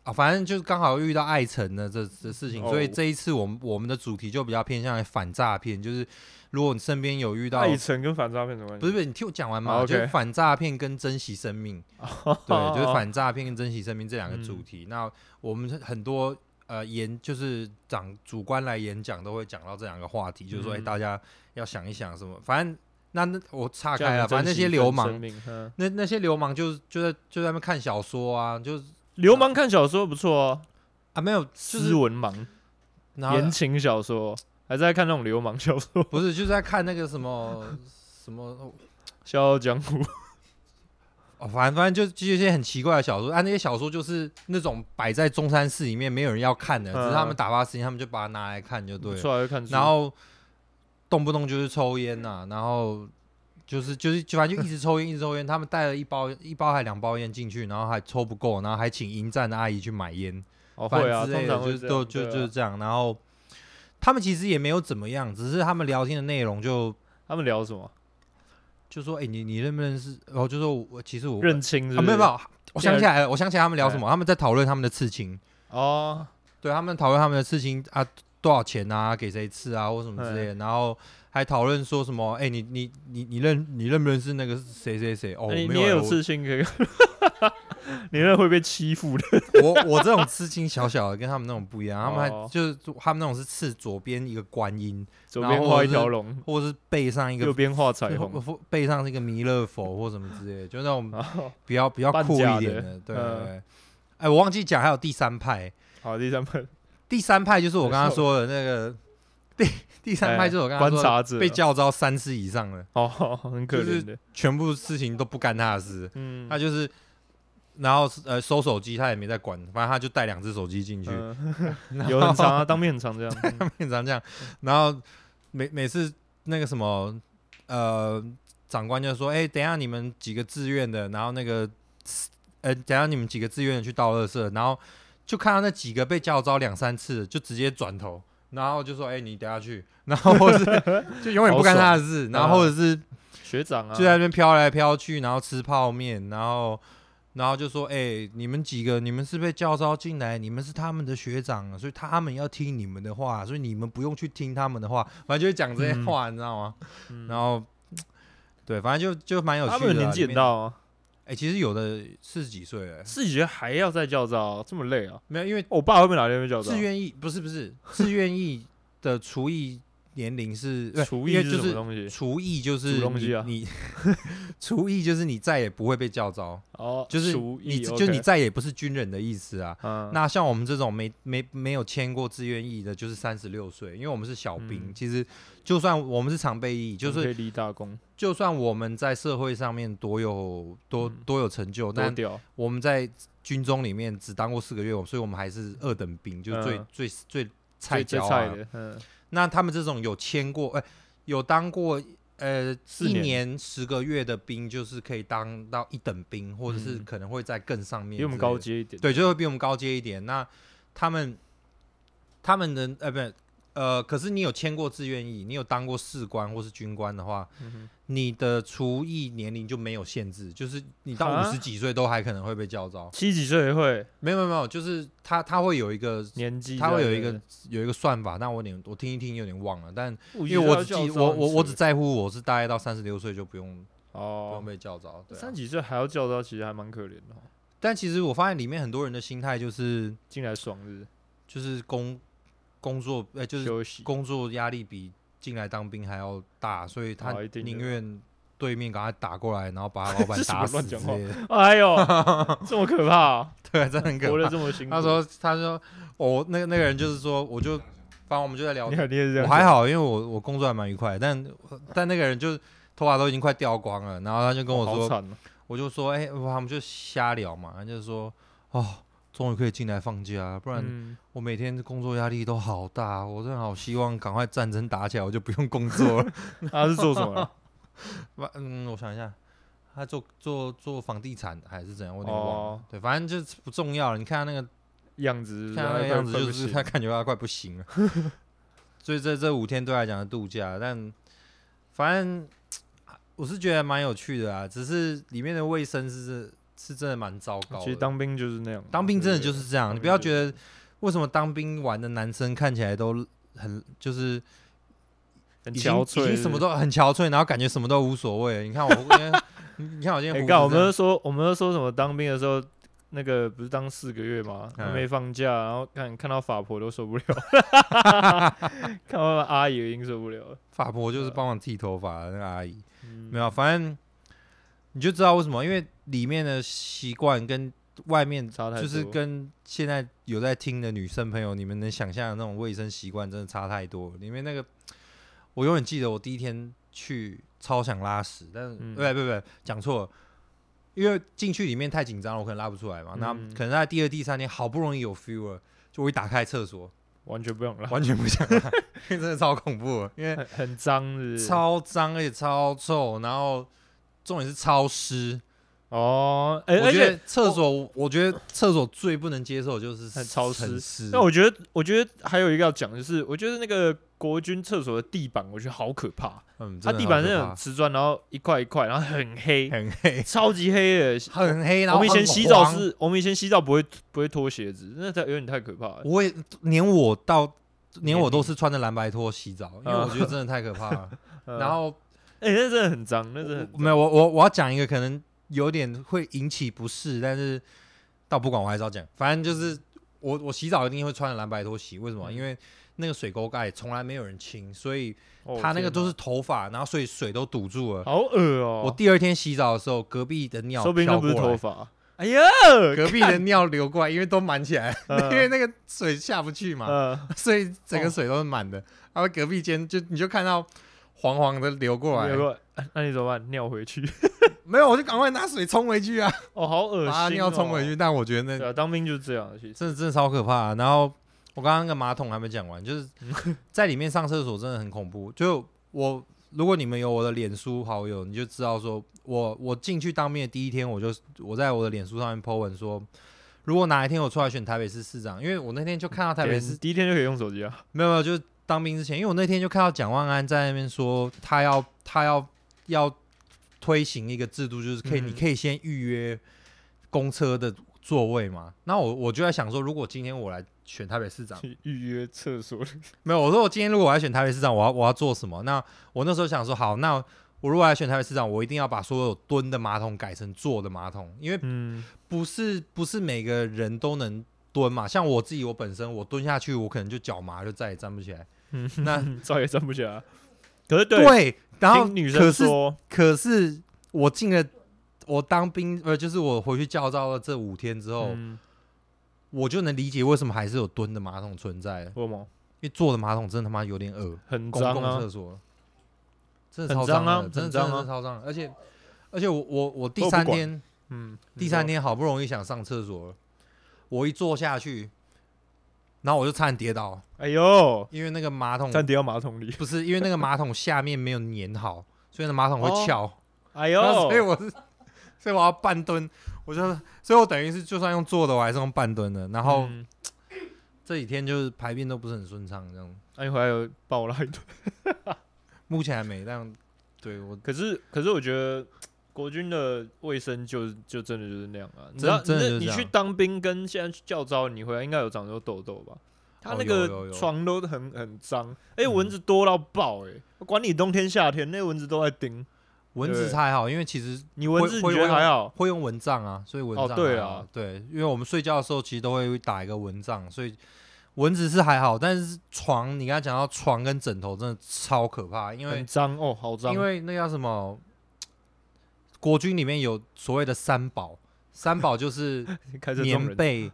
[SPEAKER 2] 啊，反正就是刚好遇到艾辰的这这事情，
[SPEAKER 1] 哦
[SPEAKER 2] 所以这一次我们我们的主题就比较偏向于反诈骗，就是如果你身边有遇到。
[SPEAKER 1] 艾辰跟反诈骗什么关系？
[SPEAKER 2] 不是不是，你听我讲完嘛，
[SPEAKER 1] 好
[SPEAKER 2] 就是
[SPEAKER 1] 哦 OK 哦
[SPEAKER 2] 反诈骗跟珍惜生命， *laughs* 对，
[SPEAKER 1] *laughs*
[SPEAKER 2] 就是反诈骗跟珍惜生命这两个主
[SPEAKER 1] 嗯
[SPEAKER 2] 题。那我们很多呃演就是长主观来演讲都会讲到这两个话题，就是说，哎、
[SPEAKER 1] 嗯
[SPEAKER 2] 大家要想一想什么。反正那那我岔
[SPEAKER 1] 这样
[SPEAKER 2] 开了，
[SPEAKER 1] 很珍
[SPEAKER 2] 啊反正那
[SPEAKER 1] 惜
[SPEAKER 2] 些
[SPEAKER 1] 一份
[SPEAKER 2] 流
[SPEAKER 1] 生
[SPEAKER 2] 氓，
[SPEAKER 1] 命嗯
[SPEAKER 2] 那那些流氓就是就在就在那边看小说啊，就是
[SPEAKER 1] 流氓看小说不错哦，
[SPEAKER 2] 啊没有，就
[SPEAKER 1] 斯
[SPEAKER 2] 是
[SPEAKER 1] 文盲、
[SPEAKER 2] 然
[SPEAKER 1] 言
[SPEAKER 2] 后
[SPEAKER 1] 情小
[SPEAKER 2] *laughs*
[SPEAKER 1] 说，还是在看那种流氓小说。
[SPEAKER 2] 不是就是在看那个什么什么。
[SPEAKER 1] 笑傲江湖》
[SPEAKER 2] 哦，反正反正就就一些很奇怪的小说啊，那些小说就是那种摆在中山市里面没有人要看的，只是他们
[SPEAKER 1] 嗯
[SPEAKER 2] 打发时间，他们就把它拿来看就对了。
[SPEAKER 1] 出来就看书，
[SPEAKER 2] 然后动不动就是抽烟呐、然后就是就是就反正就一直抽烟，一直抽烟。他们带了一包一包还两包烟进去，然后还抽不够，然后还请迎战的阿姨去买烟，
[SPEAKER 1] 哦
[SPEAKER 2] 反
[SPEAKER 1] 会
[SPEAKER 2] 正
[SPEAKER 1] 啊，
[SPEAKER 2] 之类
[SPEAKER 1] 通
[SPEAKER 2] 的
[SPEAKER 1] 常
[SPEAKER 2] 就
[SPEAKER 1] 会
[SPEAKER 2] 是
[SPEAKER 1] 这
[SPEAKER 2] 都
[SPEAKER 1] 样
[SPEAKER 2] 就
[SPEAKER 1] 对啊
[SPEAKER 2] 就是这样。然后他们其实也没有怎么样，只是他们聊天的内容就
[SPEAKER 1] 他们聊什么
[SPEAKER 2] 就说，哎、你你认不认识？然后就说我其实我
[SPEAKER 1] 认清是不是，
[SPEAKER 2] 啊，
[SPEAKER 1] 哎
[SPEAKER 2] 没有没有，我想
[SPEAKER 1] 竟然
[SPEAKER 2] 起来了，我想起来他们聊什么，他们在讨论他们的刺青。
[SPEAKER 1] 哦，
[SPEAKER 2] 对他们讨论他们的事情啊，多少钱啊，给谁吃啊，或什么之
[SPEAKER 1] 哎
[SPEAKER 2] 类的，然后还讨论说什么，哎、你你你你认你认不认识那个谁谁谁？哦，
[SPEAKER 1] 那哎你
[SPEAKER 2] 没
[SPEAKER 1] 你也
[SPEAKER 2] 欸
[SPEAKER 1] 有刺青可以， *laughs* 你那会被欺负的，
[SPEAKER 2] 我我我这种刺青小小的跟他们那种不一样，他们还
[SPEAKER 1] 哦
[SPEAKER 2] 就是他们那种是刺左边一个观音，
[SPEAKER 1] 左
[SPEAKER 2] *laughs* 然
[SPEAKER 1] 边
[SPEAKER 2] 后
[SPEAKER 1] 画一
[SPEAKER 2] 是
[SPEAKER 1] 条龙，
[SPEAKER 2] 或者是背上一
[SPEAKER 1] 右
[SPEAKER 2] 个
[SPEAKER 1] 边画彩
[SPEAKER 2] *laughs*
[SPEAKER 1] 虹，
[SPEAKER 2] 或背上是一个弥勒佛或什么之类的，就那种
[SPEAKER 1] 然后
[SPEAKER 2] 比较比较
[SPEAKER 1] 半
[SPEAKER 2] 酷一
[SPEAKER 1] 假
[SPEAKER 2] 点
[SPEAKER 1] 的
[SPEAKER 2] 的，对对
[SPEAKER 1] 嗯
[SPEAKER 2] 对。哎、我忘记讲，还有第三派，
[SPEAKER 1] 好第三
[SPEAKER 2] *laughs*
[SPEAKER 1] 本
[SPEAKER 2] 第三派就是我刚刚
[SPEAKER 1] 没错哎
[SPEAKER 2] 说的那个， *laughs* 第第三派就是我刚
[SPEAKER 1] 观
[SPEAKER 2] 刚说的
[SPEAKER 1] 察者啊
[SPEAKER 2] 被叫招三次以上的，
[SPEAKER 1] 哦，很可
[SPEAKER 2] 就是
[SPEAKER 1] 怜的，
[SPEAKER 2] 全部事情都不干他的事，
[SPEAKER 1] 嗯，
[SPEAKER 2] 他就是，然后是呃收手机他也没在管，反正他就带两只手机进去，
[SPEAKER 1] 嗯
[SPEAKER 2] *laughs*
[SPEAKER 1] 有很长啊，当面很长这样，嗯
[SPEAKER 2] 变成这样，然后每每次那个什么呃长官就说，哎、等一下你们几个自愿的，然后那个呃等一下你们几个自愿的去倒垃圾，然后就看到那几个被叫招两三次的，就直接转头。然后就说：“哎、你等一下去。”然后或者是 *laughs* 就永远不干他的事，然后或者是
[SPEAKER 1] 学长啊，
[SPEAKER 2] 就在那边飘来飘去，然后吃泡面，然后然后就说：“哎、你们几个，你们是被叫招进来，你们是他们的学长，啊所以他们要听你们的话，所以你们不用去听他们的话。”反正就是讲这些话，你知道吗？
[SPEAKER 1] 嗯
[SPEAKER 2] 然后对，反正就就蛮有趣的
[SPEAKER 1] 他
[SPEAKER 2] 啊。
[SPEAKER 1] 们年纪
[SPEAKER 2] 里
[SPEAKER 1] 很
[SPEAKER 2] 面
[SPEAKER 1] 大吗？
[SPEAKER 2] 哎、其实有的四十几岁了、
[SPEAKER 1] 自己觉得还要再叫招，这么累啊？
[SPEAKER 2] 没有，因为
[SPEAKER 1] 我爸会不会哪天被叫招
[SPEAKER 2] 自？愿意不是不是自愿意的厨艺年
[SPEAKER 1] *laughs*
[SPEAKER 2] 龄是对
[SPEAKER 1] 厨
[SPEAKER 2] 因
[SPEAKER 1] 艺
[SPEAKER 2] 为
[SPEAKER 1] 是
[SPEAKER 2] 就
[SPEAKER 1] 什么
[SPEAKER 2] 是
[SPEAKER 1] 东西？
[SPEAKER 2] 厨艺就是
[SPEAKER 1] 煮东西
[SPEAKER 2] 你
[SPEAKER 1] 啊
[SPEAKER 2] 你 *laughs* 厨艺就是你再也不会被叫招。
[SPEAKER 1] 哦，
[SPEAKER 2] 就是
[SPEAKER 1] 厨
[SPEAKER 2] 你
[SPEAKER 1] 艺，
[SPEAKER 2] 就
[SPEAKER 1] OK
[SPEAKER 2] 你，再也不是军人的意思啊。
[SPEAKER 1] 嗯，
[SPEAKER 2] 那像我们这种没没没有签过志愿役的，就是三十六岁，因为我们是小兵。
[SPEAKER 1] 嗯
[SPEAKER 2] 其实就算我们是常备役，就
[SPEAKER 1] 我们可
[SPEAKER 2] 是
[SPEAKER 1] 以立大功，
[SPEAKER 2] 就算我们在社会上面多有多
[SPEAKER 1] 嗯
[SPEAKER 2] 多有成就，
[SPEAKER 1] 多
[SPEAKER 2] 但
[SPEAKER 1] 屌，
[SPEAKER 2] 我们在军中里面只当过四个月，所以我们还是二等兵，就是最、
[SPEAKER 1] 嗯
[SPEAKER 2] 最最菜
[SPEAKER 1] 最最
[SPEAKER 2] 椒
[SPEAKER 1] 菜
[SPEAKER 2] 啊。
[SPEAKER 1] 的，嗯，
[SPEAKER 2] 那他们这种有签过，哎、有当过。呃，
[SPEAKER 1] 四
[SPEAKER 2] 一
[SPEAKER 1] 年
[SPEAKER 2] 年十个月的兵，就是可以当到一等兵，或者是
[SPEAKER 1] 嗯
[SPEAKER 2] 可能会在更上面之类
[SPEAKER 1] 比
[SPEAKER 2] 的，
[SPEAKER 1] 我们高阶一点，
[SPEAKER 2] 对，就会比我们高阶一点。那他们他们的呃，不是呃，可是你有签过志愿役，你有当过士官或是军官的话，
[SPEAKER 1] 嗯哼，
[SPEAKER 2] 你的厨艺年龄就没有限制，就是你到五
[SPEAKER 1] 啊
[SPEAKER 2] 十几岁都还可能会被叫招。
[SPEAKER 1] 七几岁也会
[SPEAKER 2] 没有没有没有，就是他他会有一个。
[SPEAKER 1] 年纪这
[SPEAKER 2] 他
[SPEAKER 1] 样的，
[SPEAKER 2] 会有一个有一个算法，但我有点我听一听有点忘了，但
[SPEAKER 1] 五级
[SPEAKER 2] 因为
[SPEAKER 1] 就
[SPEAKER 2] 我
[SPEAKER 1] 要
[SPEAKER 2] 只
[SPEAKER 1] 叫
[SPEAKER 2] 记
[SPEAKER 1] 招
[SPEAKER 2] 我
[SPEAKER 1] 很
[SPEAKER 2] 我我只
[SPEAKER 1] 扯
[SPEAKER 2] 在乎我是大概到三十六岁就不用不
[SPEAKER 1] 哦
[SPEAKER 2] 用，被叫招，对啊、
[SPEAKER 1] 三几岁还要叫招，其实还蛮可怜的哦，
[SPEAKER 2] 但其实我发现里面很多人的心态就是
[SPEAKER 1] 进来爽日
[SPEAKER 2] 就是工工作呃就是
[SPEAKER 1] 休息，
[SPEAKER 2] 工作压力比进来当兵还要大，所以他
[SPEAKER 1] 啊一定的
[SPEAKER 2] 宁愿对面赶快打过来，然
[SPEAKER 1] *laughs*
[SPEAKER 2] 后把他老板
[SPEAKER 1] 这什么
[SPEAKER 2] 打死
[SPEAKER 1] 乱
[SPEAKER 2] 之
[SPEAKER 1] 讲话
[SPEAKER 2] 类的。
[SPEAKER 1] 哎
[SPEAKER 2] *laughs*
[SPEAKER 1] 呦，这么可怕哦，
[SPEAKER 2] 对，啊真的很
[SPEAKER 1] 活
[SPEAKER 2] 可
[SPEAKER 1] 得
[SPEAKER 2] 怕。
[SPEAKER 1] 这么辛苦，
[SPEAKER 2] 他说，他说，我、那个那个人就是说，我就，反正我们就在聊
[SPEAKER 1] 你，看你也是这
[SPEAKER 2] 我
[SPEAKER 1] 样，
[SPEAKER 2] 还，好，因为我我工作还蛮愉快，但但那个人就头发都已经快掉光了，然后他就跟我
[SPEAKER 1] 好
[SPEAKER 2] 说，
[SPEAKER 1] 惨哦，
[SPEAKER 2] 我就说，哎、我他们就瞎聊嘛，他就说，哦，终于可以进来放假，不然
[SPEAKER 1] 嗯，
[SPEAKER 2] 我每天工作压力都好大，我真的好希望赶快战争打起来，我就不用工
[SPEAKER 1] *laughs*
[SPEAKER 2] 作了。
[SPEAKER 1] *laughs*
[SPEAKER 2] *laughs*
[SPEAKER 1] 他是做什么啊的？
[SPEAKER 2] 不嗯，我想一下，他做做做房地产还是怎 *laughs* 样，我有点忘了。
[SPEAKER 1] 哦，
[SPEAKER 2] 对，反正就是不重要了。你看他那个，
[SPEAKER 1] 样子，
[SPEAKER 2] 看他那个
[SPEAKER 1] 快
[SPEAKER 2] 样子，
[SPEAKER 1] 快
[SPEAKER 2] 就
[SPEAKER 1] 不
[SPEAKER 2] 是
[SPEAKER 1] 行
[SPEAKER 2] 他感觉他快不
[SPEAKER 1] *laughs*
[SPEAKER 2] 行了。所以这这五天对他来讲是度假，但反正我是觉得蛮有趣的啊，只是里面的卫生是是真的蛮糟糕的。
[SPEAKER 1] 其实当兵就是那样，啊
[SPEAKER 2] 当兵真的
[SPEAKER 1] 对
[SPEAKER 2] 就
[SPEAKER 1] 不对
[SPEAKER 2] 是这样，
[SPEAKER 1] 当
[SPEAKER 2] 你
[SPEAKER 1] 兵
[SPEAKER 2] 不要
[SPEAKER 1] 就是
[SPEAKER 2] 觉得为什么当兵完的男生看起来都很就是
[SPEAKER 1] 很
[SPEAKER 2] 已经
[SPEAKER 1] 憔
[SPEAKER 2] 已
[SPEAKER 1] 悴，哎
[SPEAKER 2] 经什么都很憔悴，然后感觉什么都无所谓。你看我，今
[SPEAKER 1] *laughs*
[SPEAKER 2] 天你你看我今
[SPEAKER 1] 是不是。哎，
[SPEAKER 2] 天胡
[SPEAKER 1] 干，我
[SPEAKER 2] 子这
[SPEAKER 1] 们都
[SPEAKER 2] 样，
[SPEAKER 1] 说我们都说什么当兵的时候。那个不是当四个月嘛，
[SPEAKER 2] 嗯
[SPEAKER 1] 没放假，然后看看到法婆都受不
[SPEAKER 2] *laughs*
[SPEAKER 1] 了，看到阿姨已经受不了了。
[SPEAKER 2] 法婆就是帮忙剃头发的那个阿姨，
[SPEAKER 1] 呃嗯
[SPEAKER 2] 没有，反正你就知道为什么，因为里面的习惯跟外面
[SPEAKER 1] 差太多
[SPEAKER 2] 就是跟现在有在听的女生朋友，你们能想象的那种卫生习惯真的差太多了。里面那个，我永远记得我第一天去超想拉屎，但是
[SPEAKER 1] 嗯
[SPEAKER 2] 不不不，讲错了，因为进去里面太紧张了，我可能拉不出来嘛。那
[SPEAKER 1] 嗯
[SPEAKER 2] 可能在第二、第三天好不容易有 feel 了，就我一打开
[SPEAKER 1] *laughs*
[SPEAKER 2] 厕所，
[SPEAKER 1] 完全不用了，
[SPEAKER 2] 完全不想拉， *laughs* 因为真的超恐怖的，因为
[SPEAKER 1] 很很脏是不是
[SPEAKER 2] 超脏而且超臭，然后重点是超湿。
[SPEAKER 1] 哦，哎、
[SPEAKER 2] 我
[SPEAKER 1] 而
[SPEAKER 2] 觉得
[SPEAKER 1] 且
[SPEAKER 2] 厕所，我觉得厕所最不能接受的就是
[SPEAKER 1] 很超湿
[SPEAKER 2] 很湿
[SPEAKER 1] 那我觉得，我觉得还有一个要讲，就是我觉得那个国军厕所的地板，我觉得好可怕。
[SPEAKER 2] 嗯，
[SPEAKER 1] 它
[SPEAKER 2] 真的
[SPEAKER 1] 地板
[SPEAKER 2] 好
[SPEAKER 1] 是
[SPEAKER 2] 可
[SPEAKER 1] 那种
[SPEAKER 2] 怕
[SPEAKER 1] 瓷砖，然后一块一块，然后很黑，
[SPEAKER 2] 很黑，
[SPEAKER 1] 超级黑的。
[SPEAKER 2] *laughs* 很黑。然
[SPEAKER 1] 我
[SPEAKER 2] 后
[SPEAKER 1] 们以前
[SPEAKER 2] 很
[SPEAKER 1] 洗澡
[SPEAKER 2] 黄
[SPEAKER 1] 是，我们以前洗澡不会不会脱鞋子，那太有点太可怕了。
[SPEAKER 2] 我也连我到
[SPEAKER 1] 连
[SPEAKER 2] 连我
[SPEAKER 1] 你
[SPEAKER 2] 都是穿着蓝白拖洗澡，因为
[SPEAKER 1] 啊
[SPEAKER 2] 我觉得真的太可怕了。
[SPEAKER 1] 呃
[SPEAKER 2] 然，后
[SPEAKER 1] 哎、那真的很脏， *laughs* 那真的很
[SPEAKER 2] 我
[SPEAKER 1] 脏
[SPEAKER 2] 没有我我我要讲一个可能有点会引起不适，但是倒不管我还是要讲，反正就是我我洗澡一定会穿着蓝白拖洗，为什么？
[SPEAKER 1] 嗯
[SPEAKER 2] 因为那个水沟盖从来没有人清，所以
[SPEAKER 1] 哦
[SPEAKER 2] 它那个
[SPEAKER 1] 天
[SPEAKER 2] 都是
[SPEAKER 1] 哪
[SPEAKER 2] 头发，然后所以水都堵住了。
[SPEAKER 1] 好恶哦、
[SPEAKER 2] 我第二天洗澡的时候，隔壁的尿
[SPEAKER 1] 说不定那
[SPEAKER 2] 飘
[SPEAKER 1] 不是
[SPEAKER 2] 过
[SPEAKER 1] 头
[SPEAKER 2] 来，
[SPEAKER 1] 发。哎呀，
[SPEAKER 2] *laughs* 隔壁的尿流过来，因为都满
[SPEAKER 1] *laughs*
[SPEAKER 2] 起来，
[SPEAKER 1] 嗯
[SPEAKER 2] 因为那个水下不去嘛。
[SPEAKER 1] 呃，
[SPEAKER 2] 所以整
[SPEAKER 1] 哦
[SPEAKER 2] 个水都是满的。然后隔壁间就你就看到黄黄的流过
[SPEAKER 1] 没有
[SPEAKER 2] 来，
[SPEAKER 1] 过来那你怎么办？尿回去？
[SPEAKER 2] 没有我就赶快拿水冲回去啊，
[SPEAKER 1] 哦，好恶心、
[SPEAKER 2] 把它
[SPEAKER 1] 哦！
[SPEAKER 2] 尿冲回去。。但我觉得
[SPEAKER 1] 对
[SPEAKER 2] 那
[SPEAKER 1] 啊，当兵就是这样，
[SPEAKER 2] *laughs*
[SPEAKER 1] 其实。
[SPEAKER 2] 真的真的超可怕、啊然后我刚刚那个马桶还没讲完，就是在里面上厕所真的很恐怖。就我如果你们有我的脸书好友，你就知道说我我进去当面的第一天，我就我在我的脸书上面 po 文说。如果哪一天我出来选台北市市长，因为我那天就看到台北市
[SPEAKER 1] 天第一天就可以用手机啊。
[SPEAKER 2] 没有没有，就是当兵之前，因为我那天就看到蒋万安在那边说，他要他要要推行一个制度，就是可以、
[SPEAKER 1] 嗯
[SPEAKER 2] 你可以先预约公车的座位嘛。那我我就在想说，如果今天我来选台北市长，
[SPEAKER 1] 去预约厕所，
[SPEAKER 2] 没有，我说我今天如果我来选台北市长，我要我要做什么？那我那时候想说，好，那我如果来选台北市长，我一定要把所有蹲的马桶改成坐的马桶，因为
[SPEAKER 1] 嗯，
[SPEAKER 2] 不是不是每个人都能蹲嘛。像我自己，我本身我蹲下去，我可能就脚麻，就再也站不起来。
[SPEAKER 1] 嗯
[SPEAKER 2] 那
[SPEAKER 1] 照也站不起来啊。可是对，
[SPEAKER 2] 对，然后
[SPEAKER 1] 听女
[SPEAKER 2] 可
[SPEAKER 1] 生
[SPEAKER 2] 是
[SPEAKER 1] 说，
[SPEAKER 2] 可是我进了我当兵呃，就是我回去教招的这五天之后，
[SPEAKER 1] 嗯，
[SPEAKER 2] 我就能理解为什么还是有蹲的马桶存在，因
[SPEAKER 1] 为什么？
[SPEAKER 2] 为坐的马桶真的他妈有点恶，
[SPEAKER 1] 很
[SPEAKER 2] 公
[SPEAKER 1] 脏
[SPEAKER 2] 共
[SPEAKER 1] 啊
[SPEAKER 2] 厕，所真的
[SPEAKER 1] 很
[SPEAKER 2] 超
[SPEAKER 1] 脏啊
[SPEAKER 2] 的，真的
[SPEAKER 1] 很脏啊
[SPEAKER 2] 真的超脏的，而且而且我我我
[SPEAKER 1] 我
[SPEAKER 2] 第
[SPEAKER 1] 不
[SPEAKER 2] 三
[SPEAKER 1] 管
[SPEAKER 2] 天
[SPEAKER 1] 嗯，
[SPEAKER 2] 第三
[SPEAKER 1] 你
[SPEAKER 2] 天好不容易想上厕所了，我一坐下去，然后我就差点跌倒，
[SPEAKER 1] 说，哎呦，
[SPEAKER 2] 因为那个马桶
[SPEAKER 1] 差点跌到马桶里，
[SPEAKER 2] 不是因为那个马桶下面没有粘好，所以那马桶
[SPEAKER 1] 哦
[SPEAKER 2] 会翘。
[SPEAKER 1] 哎
[SPEAKER 2] 然后所以
[SPEAKER 1] 呦，
[SPEAKER 2] 我是， *laughs* 所以我要半蹲，我就，所以我等于是就算用坐的，我还是用半蹲的。然后
[SPEAKER 1] 嗯，
[SPEAKER 2] 这几天就是排便都不是很顺畅，这样。
[SPEAKER 1] 那哎你回来有抱我拉一顿？
[SPEAKER 2] 目前还没，但对我
[SPEAKER 1] 可是，可是我觉得国军的卫生就就真的就是那样啊。你知
[SPEAKER 2] 真
[SPEAKER 1] 道，
[SPEAKER 2] 真
[SPEAKER 1] 你
[SPEAKER 2] 的就是
[SPEAKER 1] 你
[SPEAKER 2] 这样
[SPEAKER 1] 去当兵跟现在去教招，你回来应该有长出痘痘吧？他
[SPEAKER 2] 哦
[SPEAKER 1] 那
[SPEAKER 2] 有有
[SPEAKER 1] 个
[SPEAKER 2] 有
[SPEAKER 1] 床都很很脏，哎，
[SPEAKER 2] 嗯
[SPEAKER 1] 蚊子多到爆，哎，管你冬天夏天，那蚊子都在叮。
[SPEAKER 2] 蚊子
[SPEAKER 1] 对
[SPEAKER 2] 还好，因为其实
[SPEAKER 1] 你蚊子你
[SPEAKER 2] 会
[SPEAKER 1] 觉得
[SPEAKER 2] 会
[SPEAKER 1] 还好？
[SPEAKER 2] 会用蚊帐啊，所以蚊
[SPEAKER 1] 哦
[SPEAKER 2] 帐还好、
[SPEAKER 1] 对啦
[SPEAKER 2] 啊，对，因为我们睡觉的时候其实都会打一个蚊帐，所以蚊子是还好，但是床你刚才讲到床跟枕头真的超可怕，因为
[SPEAKER 1] 很脏哦，好脏。
[SPEAKER 2] 因为那叫什么，国军里面有所谓的三宝，三宝就是
[SPEAKER 1] 开车撞
[SPEAKER 2] 棉
[SPEAKER 1] 人，
[SPEAKER 2] 被。
[SPEAKER 1] 嗯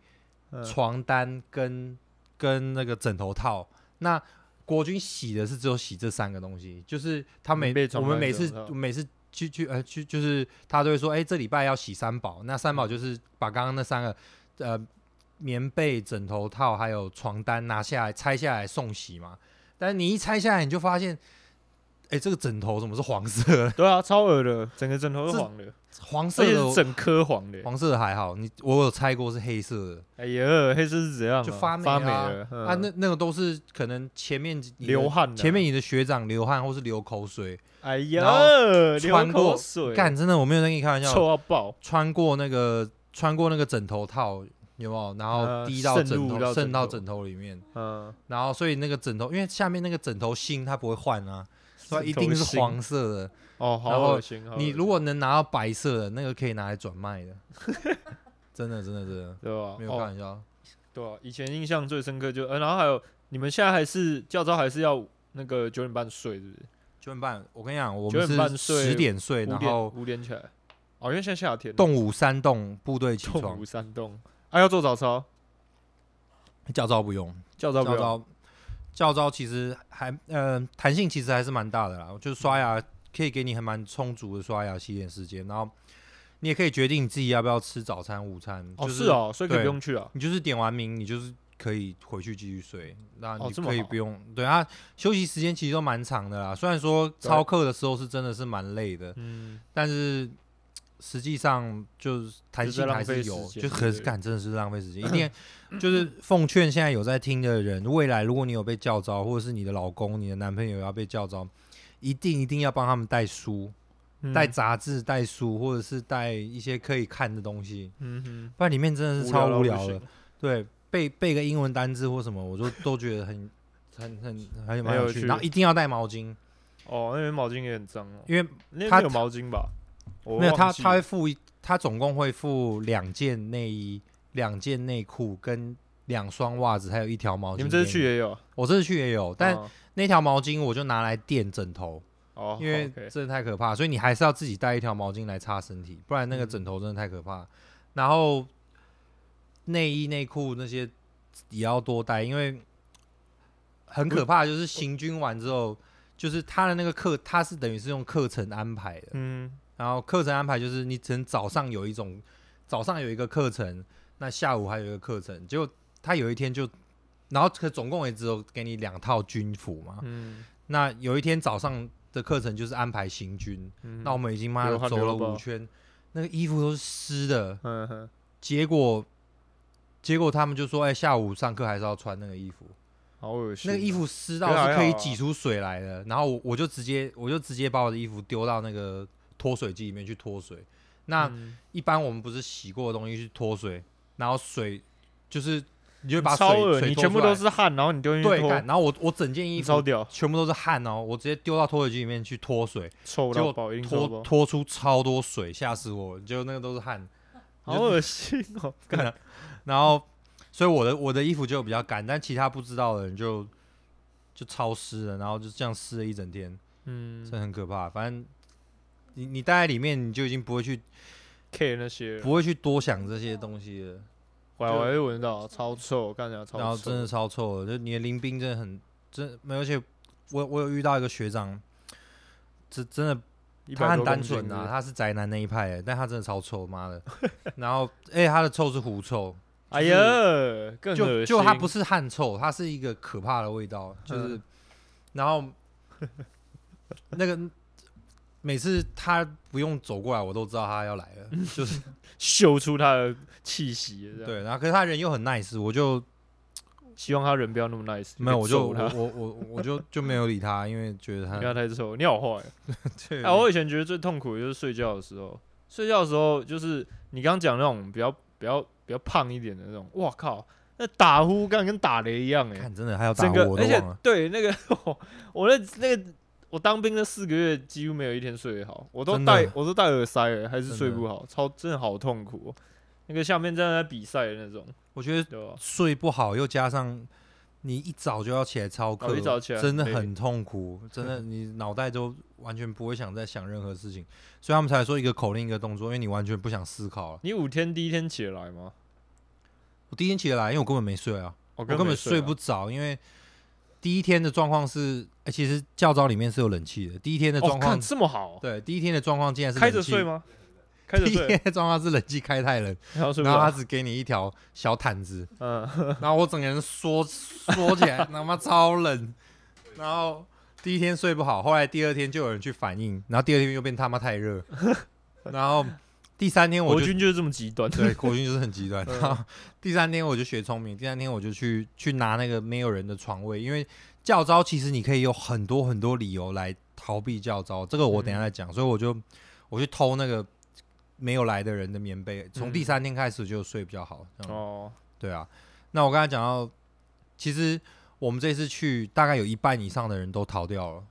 [SPEAKER 2] 床单跟跟那个枕头套。那国军洗的是只有洗这三个东西，就是他每
[SPEAKER 1] 棉被
[SPEAKER 2] 我
[SPEAKER 1] 床单
[SPEAKER 2] 们每次
[SPEAKER 1] 枕头套
[SPEAKER 2] 每次去去呃去就是他都会说，哎、这礼拜要洗三宝。那三
[SPEAKER 1] 嗯
[SPEAKER 2] 宝就是把刚刚那三个呃棉被、枕头套还有床单拿下来拆下来送洗嘛。但你一拆下来，你就发现，哎、这个枕头怎么是黄色的？ *laughs*
[SPEAKER 1] 对啊，超恶的，整个枕头都黄的，
[SPEAKER 2] 黄
[SPEAKER 1] 而
[SPEAKER 2] 色
[SPEAKER 1] 且
[SPEAKER 2] 的
[SPEAKER 1] 是
[SPEAKER 2] 我
[SPEAKER 1] 整颗黄的。
[SPEAKER 2] 黄色的还好，你我有拆过是黑色的。
[SPEAKER 1] 哎呀，黑色是怎样啊？
[SPEAKER 2] 就
[SPEAKER 1] 发
[SPEAKER 2] 发霉啊
[SPEAKER 1] 霉了嗯
[SPEAKER 2] 啊，那那个都是可能前面你的
[SPEAKER 1] 流汗啊，
[SPEAKER 2] 前面你的学长流汗或是流口水，
[SPEAKER 1] 哎
[SPEAKER 2] 然
[SPEAKER 1] 呀，流
[SPEAKER 2] 穿过
[SPEAKER 1] 口水，
[SPEAKER 2] 干真的我没有在跟你开玩
[SPEAKER 1] 臭
[SPEAKER 2] 笑，
[SPEAKER 1] 到爆，
[SPEAKER 2] 穿过那个穿过那个枕头套有没有？然后
[SPEAKER 1] 呃
[SPEAKER 2] 滴到
[SPEAKER 1] 渗
[SPEAKER 2] 枕
[SPEAKER 1] 入
[SPEAKER 2] 头
[SPEAKER 1] 到
[SPEAKER 2] 渗到
[SPEAKER 1] 枕
[SPEAKER 2] 枕头里面，
[SPEAKER 1] 嗯，
[SPEAKER 2] 然后所以那个枕头因为下面那个枕头芯它不会换啊，所以一定是黄色的。
[SPEAKER 1] 哦，好
[SPEAKER 2] 然后
[SPEAKER 1] 恶心。好恶心
[SPEAKER 2] 你如果能拿到白色的，那个可以拿来转卖的，真的真的真的
[SPEAKER 1] 对吧？
[SPEAKER 2] 没有
[SPEAKER 1] 哦，
[SPEAKER 2] 开玩笑。
[SPEAKER 1] 对啊，以前印象最深刻就，呃，然后还有你们现在还是教招还是要那个九点半睡，是不是？
[SPEAKER 2] 九点半，我跟你讲，我
[SPEAKER 1] 九点半
[SPEAKER 2] 们是
[SPEAKER 1] 睡
[SPEAKER 2] 十点睡，
[SPEAKER 1] 五
[SPEAKER 2] 然
[SPEAKER 1] 点
[SPEAKER 2] 后
[SPEAKER 1] 五点起来，哦，因为现在夏天，
[SPEAKER 2] 动武三动部队起
[SPEAKER 1] 动
[SPEAKER 2] 床
[SPEAKER 1] 五，山洞，啊，要做早操，
[SPEAKER 2] 教招不用。
[SPEAKER 1] 教招不
[SPEAKER 2] 教
[SPEAKER 1] 要，
[SPEAKER 2] 招教招其实还呃弹性其实还是蛮大的啦，就是刷牙可以给你还蛮充足的刷牙洗脸时间，然后你也可以决定你自己要不要吃早餐、午餐。
[SPEAKER 1] 哦，
[SPEAKER 2] 就是
[SPEAKER 1] 哦，所以可以
[SPEAKER 2] 对
[SPEAKER 1] 不用去啊。
[SPEAKER 2] 你就是点完名，你就是可以回去继续睡，那
[SPEAKER 1] 哦
[SPEAKER 2] 你
[SPEAKER 1] 这么
[SPEAKER 2] 可以
[SPEAKER 1] 好
[SPEAKER 2] 不用、对啊，休息时间其实都蛮长的啦。虽然说
[SPEAKER 1] 对
[SPEAKER 2] 操课的时候是真的是蛮累的，
[SPEAKER 1] 嗯，
[SPEAKER 2] 但是实际上就是弹
[SPEAKER 1] 就是在
[SPEAKER 2] 性
[SPEAKER 1] 浪
[SPEAKER 2] 还
[SPEAKER 1] 费
[SPEAKER 2] 是
[SPEAKER 1] 时
[SPEAKER 2] 有，
[SPEAKER 1] 间
[SPEAKER 2] 就可是
[SPEAKER 1] 对
[SPEAKER 2] 干真的是浪费
[SPEAKER 1] *clears throat*
[SPEAKER 2] 时间。一定就是奉劝现在有在听的人，未来如果你有被叫招，或者是你的老公、你的男朋友要被叫招，一定一定要帮他们带书、
[SPEAKER 1] 嗯
[SPEAKER 2] 带杂志、带书，或者是带一些可以看的东西，
[SPEAKER 1] 嗯哼，
[SPEAKER 2] 不然里面真的是
[SPEAKER 1] 无
[SPEAKER 2] 超
[SPEAKER 1] 到
[SPEAKER 2] 无
[SPEAKER 1] 不
[SPEAKER 2] 聊的
[SPEAKER 1] 行。。
[SPEAKER 2] 对，背背个英文单字或什么，我就都觉得很很很很
[SPEAKER 1] 很
[SPEAKER 2] 蛮
[SPEAKER 1] 有
[SPEAKER 2] 有趣。
[SPEAKER 1] 趣
[SPEAKER 2] 然后一定要带毛巾，
[SPEAKER 1] 哦，那边毛巾也很脏哦，
[SPEAKER 2] 因为
[SPEAKER 1] 那
[SPEAKER 2] 他
[SPEAKER 1] 边有毛巾吧？我
[SPEAKER 2] 没有他
[SPEAKER 1] 忘记
[SPEAKER 2] 他
[SPEAKER 1] 了
[SPEAKER 2] 会付一，他总共会付两件内衣、两件内裤跟两双袜子，还有一条毛巾
[SPEAKER 1] 你
[SPEAKER 2] 给。
[SPEAKER 1] 们这次去也有，
[SPEAKER 2] 我这次去也有，但
[SPEAKER 1] 哦
[SPEAKER 2] 那条毛巾我就拿来垫枕头，
[SPEAKER 1] 哦，
[SPEAKER 2] 因为
[SPEAKER 1] OK
[SPEAKER 2] 真的太可怕，所以你还是要自己带一条毛巾来擦身体，不然那个
[SPEAKER 1] 嗯
[SPEAKER 2] 枕头真的太可怕。然后内衣、内裤那些也要多带，因为很可怕。就是行军完之后，就是他的那个课，他是等于是用课程安排的。
[SPEAKER 1] 嗯，
[SPEAKER 2] 然后课程安排就是你只能早上有一种，早上有一个课程，那下午还有一个课程。结果他有一天就，然后可总共也只有给你两套军服嘛，
[SPEAKER 1] 嗯
[SPEAKER 2] 那有一天早上的课程就是安排行军，
[SPEAKER 1] 嗯，
[SPEAKER 2] 那我们已经妈的
[SPEAKER 1] 流汗
[SPEAKER 2] 走
[SPEAKER 1] 流
[SPEAKER 2] 了
[SPEAKER 1] 到爆
[SPEAKER 2] 五圈，那个衣服都是湿的，
[SPEAKER 1] 嗯哼，
[SPEAKER 2] 结果结果他们就说，哎、下午上课还是要穿那个衣服，
[SPEAKER 1] 好恶心
[SPEAKER 2] 那
[SPEAKER 1] 哦，
[SPEAKER 2] 个衣服湿
[SPEAKER 1] 可是
[SPEAKER 2] 到是
[SPEAKER 1] 还
[SPEAKER 2] 可以
[SPEAKER 1] 好啊
[SPEAKER 2] 挤出水来的，然后我我就直接我就直接把我的衣服丢到那个脱水机里面去脱水，那
[SPEAKER 1] 嗯
[SPEAKER 2] 一般我们不是洗过的东西去脱水，然后水就是你就会把
[SPEAKER 1] 超
[SPEAKER 2] 水
[SPEAKER 1] 恶，
[SPEAKER 2] 水
[SPEAKER 1] 你
[SPEAKER 2] 脱
[SPEAKER 1] 全部
[SPEAKER 2] 出来
[SPEAKER 1] 都是汗，然后你丢进去
[SPEAKER 2] 对，
[SPEAKER 1] 脱
[SPEAKER 2] 干，然后我我整件
[SPEAKER 1] 你
[SPEAKER 2] 衣
[SPEAKER 1] 超
[SPEAKER 2] 服
[SPEAKER 1] 屌，
[SPEAKER 2] 全部都是汗哦，我直接丢到脱水机里面去脱水，
[SPEAKER 1] 臭
[SPEAKER 2] 结
[SPEAKER 1] 到
[SPEAKER 2] 果
[SPEAKER 1] 爆，一定臭
[SPEAKER 2] 拖
[SPEAKER 1] 到爆，
[SPEAKER 2] 拖出超多水，吓死我！就那个都是汗，
[SPEAKER 1] 好恶心
[SPEAKER 2] *laughs*
[SPEAKER 1] 哦，
[SPEAKER 2] 干了。然后，所以我的我的衣服就比较干，但其他不知道的人就就超湿了，然后就这样湿了一整天，
[SPEAKER 1] 嗯
[SPEAKER 2] 真的很可怕。反正你你待在里面，你就已经不会去
[SPEAKER 1] ，K 那些，
[SPEAKER 2] 不会去多想这些东西了，
[SPEAKER 1] 我我还是闻到超臭，干啥
[SPEAKER 2] 然
[SPEAKER 1] 超
[SPEAKER 2] 后
[SPEAKER 1] 臭
[SPEAKER 2] 真，的超臭的，就你的淋冰真的很真没有，而且我我有遇到一个学长，真真的
[SPEAKER 1] 100
[SPEAKER 2] 他很
[SPEAKER 1] 多
[SPEAKER 2] 单
[SPEAKER 1] 公斤
[SPEAKER 2] 纯
[SPEAKER 1] 是不
[SPEAKER 2] 啊，
[SPEAKER 1] 是，
[SPEAKER 2] 他是宅男那一派的，欸但他真的超臭，妈的。然后，哎、他的臭是狐
[SPEAKER 1] *laughs*
[SPEAKER 2] 臭，
[SPEAKER 1] 哎
[SPEAKER 2] 就
[SPEAKER 1] 呀，更
[SPEAKER 2] 就
[SPEAKER 1] 恶
[SPEAKER 2] 就他
[SPEAKER 1] 心嗯
[SPEAKER 2] 不是汗臭，他是一个可怕的味道，就是，然后那个每次他不用走过来，我都知道他要来了，就是
[SPEAKER 1] 嗅出他的气息，这样，
[SPEAKER 2] 对。然后，可是他人又很 nice，我就
[SPEAKER 1] 希望他人不要那么 nice，
[SPEAKER 2] 没有，我就
[SPEAKER 1] 揍
[SPEAKER 2] 我
[SPEAKER 1] 他，
[SPEAKER 2] 我我我就就没有理他，因为觉得他
[SPEAKER 1] 你不
[SPEAKER 2] *laughs*
[SPEAKER 1] 要太臭，你好坏。
[SPEAKER 2] 对
[SPEAKER 1] 哎、我以前觉得最痛苦的就是睡觉的时候，睡觉的时候就是你刚刚讲那种比较比较比较胖一点的那种，哇靠，那打呼干跟打雷一样哎、
[SPEAKER 2] 看真的还要打
[SPEAKER 1] 整个
[SPEAKER 2] 我，我
[SPEAKER 1] 而
[SPEAKER 2] 都
[SPEAKER 1] 且
[SPEAKER 2] 忘了。
[SPEAKER 1] 对那个我那那个我当兵那四个月几乎没有一天睡得好，我都
[SPEAKER 2] 真的
[SPEAKER 1] 戴我都戴耳塞了，还是睡
[SPEAKER 2] 真
[SPEAKER 1] 不好，超真的好痛苦、哦。那个下面正在比赛的那种，
[SPEAKER 2] 我觉得
[SPEAKER 1] 对吧？
[SPEAKER 2] 睡不好，又加上你一早就要起来操课，
[SPEAKER 1] 哦一早起来
[SPEAKER 2] 真的
[SPEAKER 1] 很累
[SPEAKER 2] 很痛苦，
[SPEAKER 1] *laughs*
[SPEAKER 2] 真的你脑袋都完全不会想再想任何事情，所以他们才说一个口令一个动作，因为你完全不想思考了。
[SPEAKER 1] 你五天第一天起得来吗？
[SPEAKER 2] 我第一天起来，因为我根本没睡啊，
[SPEAKER 1] 我
[SPEAKER 2] 我根
[SPEAKER 1] 没
[SPEAKER 2] 本睡
[SPEAKER 1] 啊
[SPEAKER 2] 不着，因为第一天的状况是，哎、其实教招里面是有冷气的，第一天的
[SPEAKER 1] 哦，
[SPEAKER 2] 状况、
[SPEAKER 1] 看这么好，
[SPEAKER 2] 对，第一天的状况竟然是
[SPEAKER 1] 开着
[SPEAKER 2] 冷气
[SPEAKER 1] 睡？吗？开着
[SPEAKER 2] 第一
[SPEAKER 1] 睡，
[SPEAKER 2] 天的状况是冷气开太冷，
[SPEAKER 1] 然后睡
[SPEAKER 2] *laughs*
[SPEAKER 1] 不
[SPEAKER 2] 然后他
[SPEAKER 1] 着，
[SPEAKER 2] 只给你一条小毯子，
[SPEAKER 1] 嗯。
[SPEAKER 2] 然后我整个人缩 *laughs* 缩起来，他妈超冷。然后第一天睡不好，后来第二天就有人去反映，然后第二天又变他妈
[SPEAKER 1] *laughs*
[SPEAKER 2] 太热，然后第三天我
[SPEAKER 1] 国
[SPEAKER 2] 就
[SPEAKER 1] 军就是这么极
[SPEAKER 2] *laughs*
[SPEAKER 1] 端，
[SPEAKER 2] 对国军就是很极端。
[SPEAKER 1] 嗯
[SPEAKER 2] 然后第三天我就学聪明，第三天我就去去拿那个没有人的床位，因为教招其实你可以有很多很多理由来逃避教招，这个我
[SPEAKER 1] 嗯
[SPEAKER 2] 等一下再讲。所以我就我去偷那个没有来的人的棉被，从第
[SPEAKER 1] 嗯
[SPEAKER 2] 三天开始就睡比较好。这样
[SPEAKER 1] 哦，
[SPEAKER 2] 对啊，那我刚才讲到，其实我们这次去大概有一半以上的人都逃掉了，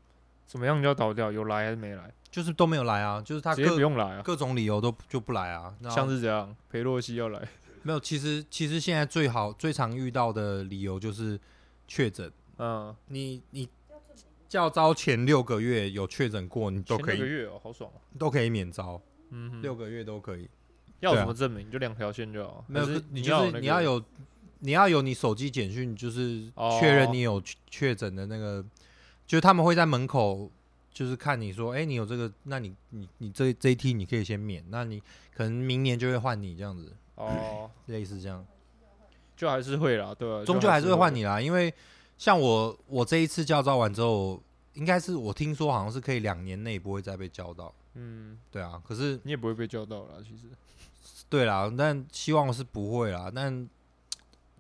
[SPEAKER 1] 怎么样就要倒掉？有来还是没来？
[SPEAKER 2] 就是都没有来啊，就是他
[SPEAKER 1] 直接不
[SPEAKER 2] 各
[SPEAKER 1] 用来啊！
[SPEAKER 2] 各种理由都就不来啊。然后
[SPEAKER 1] 像是这样，裴洛西要
[SPEAKER 2] *laughs*
[SPEAKER 1] 来，
[SPEAKER 2] 没有，其实其实现在最好最常遇到的理由就是确诊，
[SPEAKER 1] 嗯，
[SPEAKER 2] 你你教招前六个月有确诊过，你都
[SPEAKER 1] 前
[SPEAKER 2] 可
[SPEAKER 1] 六个
[SPEAKER 2] 以
[SPEAKER 1] 月哦，好爽哦。
[SPEAKER 2] 都可以免招，
[SPEAKER 1] 嗯哼，
[SPEAKER 2] 六个月都可以。
[SPEAKER 1] 要有
[SPEAKER 2] 对啊
[SPEAKER 1] 什么证明？就两条线就好。
[SPEAKER 2] 没有
[SPEAKER 1] 还是，
[SPEAKER 2] 你
[SPEAKER 1] 要
[SPEAKER 2] 就是
[SPEAKER 1] 那个
[SPEAKER 2] 你要有你要有你手机简讯，就是
[SPEAKER 1] 哦
[SPEAKER 2] 确认你有确确诊的那个，就是他们会在门口就是看你说，哎、你有这个，那你你你这这一梯你可以先免，那你可能明年就会换你这样子，
[SPEAKER 1] 哦，
[SPEAKER 2] 类似这样。
[SPEAKER 1] 就还是会啦，对啊，
[SPEAKER 2] 终究还是会换
[SPEAKER 1] 你
[SPEAKER 2] 你啦，因为像我，我这一次教招完之后，应该是我听说好像是可以两年内不会再被教到，
[SPEAKER 1] 嗯，
[SPEAKER 2] 对啊，可是
[SPEAKER 1] 你也不会被叫到啦，其
[SPEAKER 2] *laughs*
[SPEAKER 1] 实，
[SPEAKER 2] 对啦，但希望是不会啦，但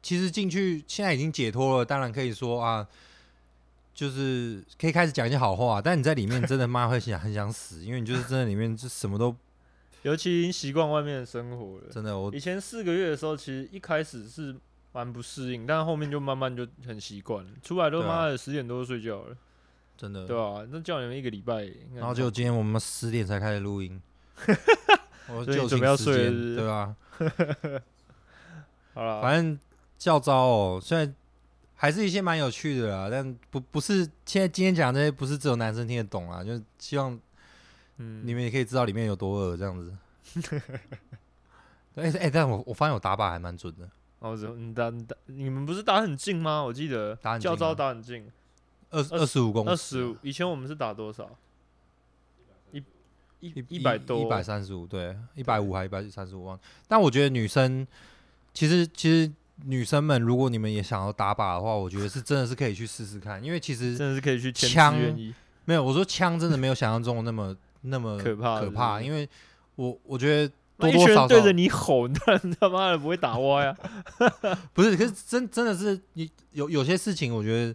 [SPEAKER 2] 其实进去现在已经解脱了，当然可以说啊。就是可以开始讲一些好话，但你在里面真的妈会想很 *laughs* 想死，因为你就是真的里面就什么都
[SPEAKER 1] 尤其已经习惯外面的生活了。
[SPEAKER 2] 真的我
[SPEAKER 1] 以前四个月的时候，其实一开始是蛮不适应，但后面就慢慢就很习惯了。出来都
[SPEAKER 2] 对啊
[SPEAKER 1] 妈的十点多就睡觉了，
[SPEAKER 2] 真的
[SPEAKER 1] 对啊，那叫你们一个礼拜，应该
[SPEAKER 2] 然后就今天我们十点才开始
[SPEAKER 1] *laughs*
[SPEAKER 2] 录音，我
[SPEAKER 1] 所以
[SPEAKER 2] 就
[SPEAKER 1] 你准备要
[SPEAKER 2] 寝时
[SPEAKER 1] 睡了
[SPEAKER 2] 间
[SPEAKER 1] 是不是
[SPEAKER 2] 对吧、啊？
[SPEAKER 1] 好嗯了。
[SPEAKER 2] 反正教招哦，虽然还是一些蛮有趣的啦，但不不是现在今天讲的这些不是只有男生听得懂啊，就希望
[SPEAKER 1] 嗯，
[SPEAKER 2] 你们也可以知道里面有多恶这样子。 *laughs* 哎哎、但我我发现我打靶还蛮准的，
[SPEAKER 1] 哦，怎么你打你打你们不是打很近吗？我记得
[SPEAKER 2] 打很近
[SPEAKER 1] 教招
[SPEAKER 2] 吗
[SPEAKER 1] 打很近，
[SPEAKER 2] 二二十五公啊
[SPEAKER 1] 二十五。以前我们是打多少？一一一百多，
[SPEAKER 2] 一百三十五，对，一百五还一百三十五忘了。但我觉得女生其实其实女生们，如果你们也想要打靶的话，我觉得是真的是可以去试试看，因为其实
[SPEAKER 1] 真的是可以去签
[SPEAKER 2] 枪
[SPEAKER 1] 志愿役。
[SPEAKER 2] 没有，我说枪真的没有想象中的那么那么
[SPEAKER 1] *laughs* 可怕
[SPEAKER 2] 可
[SPEAKER 1] 是不
[SPEAKER 2] 怕，
[SPEAKER 1] 是
[SPEAKER 2] 因为我我觉得
[SPEAKER 1] 那
[SPEAKER 2] 多
[SPEAKER 1] 一群
[SPEAKER 2] 多
[SPEAKER 1] 人
[SPEAKER 2] 少
[SPEAKER 1] 对
[SPEAKER 2] 少
[SPEAKER 1] 着你吼，你当然他妈的不会打歪
[SPEAKER 2] *laughs*
[SPEAKER 1] 啊。
[SPEAKER 2] 不是，可是真真的是你有有些事情，我觉得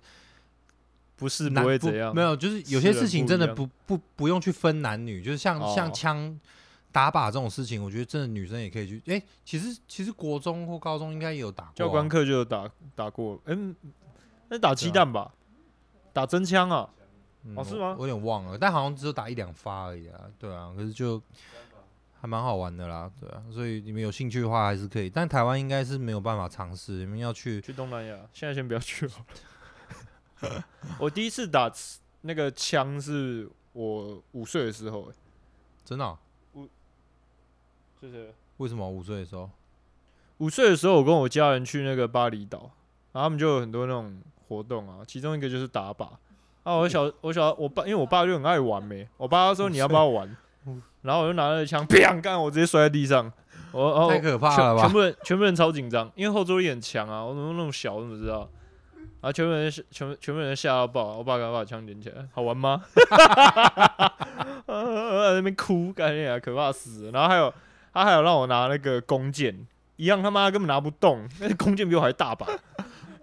[SPEAKER 1] 不是
[SPEAKER 2] 男
[SPEAKER 1] 不会
[SPEAKER 2] 不
[SPEAKER 1] 怎样，
[SPEAKER 2] 没有，就是有
[SPEAKER 1] 是
[SPEAKER 2] 些
[SPEAKER 1] 人
[SPEAKER 2] 事情
[SPEAKER 1] 不
[SPEAKER 2] 真
[SPEAKER 1] 一
[SPEAKER 2] 的
[SPEAKER 1] 样
[SPEAKER 2] 不不不用去分男女，就是像、
[SPEAKER 1] 哦
[SPEAKER 2] 像枪打靶这种事情，我觉得真的女生也可以去。哎、其实其实国中或高中应该也有打过啊、
[SPEAKER 1] 教官课就有打打过，嗯，那打鸡
[SPEAKER 2] 对啊
[SPEAKER 1] 蛋吧，打真枪啊，
[SPEAKER 2] 嗯
[SPEAKER 1] 哦是
[SPEAKER 2] 我
[SPEAKER 1] 吗
[SPEAKER 2] 我有点忘了，但好像只有打一两发而已啊。对啊，可是就还蛮好玩的啦，对啊。所以你们有兴趣的话还是可以，但台湾应该是没有办法尝试，你们要去
[SPEAKER 1] 去东南亚，现在先不要去好
[SPEAKER 2] *laughs*
[SPEAKER 1] 了我第一次打那个枪是我五岁的时候、欸，
[SPEAKER 2] 真的哦、
[SPEAKER 1] 就是
[SPEAKER 2] 为什么五岁的时候？
[SPEAKER 1] 五岁的时候，我跟我家人去那个巴厘岛，然后他们就有很多那种活动啊，其中一个就是打靶。啊，我小我小我爸，因为我爸就很爱玩呗、我爸说你要不要玩
[SPEAKER 2] 嗯，
[SPEAKER 1] 然后我就拿了枪，砰，干，我直接摔在地上，我哦，
[SPEAKER 2] 太可怕
[SPEAKER 1] 全
[SPEAKER 2] 了吧
[SPEAKER 1] 全部人全部人超紧张，因为后坐力很强啊，我怎么那么小，我怎么知道？然后全部人全部全部人吓到爆，我爸赶快把枪捡起来，好玩吗？ *laughs* 啊在那边哭，感觉可怕死了。然后还有他还有让我拿那个弓箭，一样他妈根本拿不动，那弓箭比我还大把，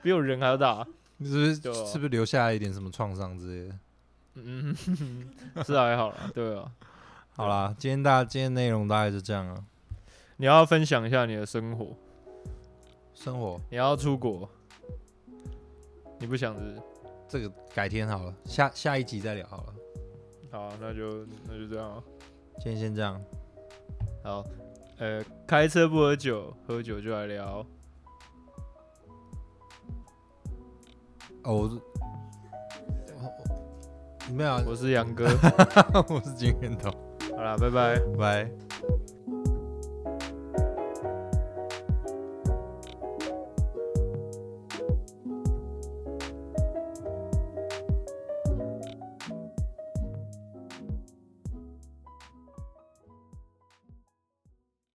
[SPEAKER 1] 比我人还要大。
[SPEAKER 2] 你是不是
[SPEAKER 1] 对啊
[SPEAKER 2] 是不是留下一点什么创伤之类的？
[SPEAKER 1] 嗯， *laughs* 是还好啦，对啊。
[SPEAKER 2] 好啦，今天大今天内容大概就这样啊。
[SPEAKER 1] 你要分享一下你的生活，
[SPEAKER 2] 生活
[SPEAKER 1] 你要出国，你不想是不是？
[SPEAKER 2] 这个改天好了，下下一集再聊好了。
[SPEAKER 1] 好啊、那就那就这样啊。
[SPEAKER 2] 今天先这样，
[SPEAKER 1] 好，呃，开车不喝酒，喝酒就来聊。
[SPEAKER 2] 哦，我是哦我没有啊，
[SPEAKER 1] 我是杨哥，
[SPEAKER 2] 我是金源头，
[SPEAKER 1] 好啦，拜拜。
[SPEAKER 2] 拜。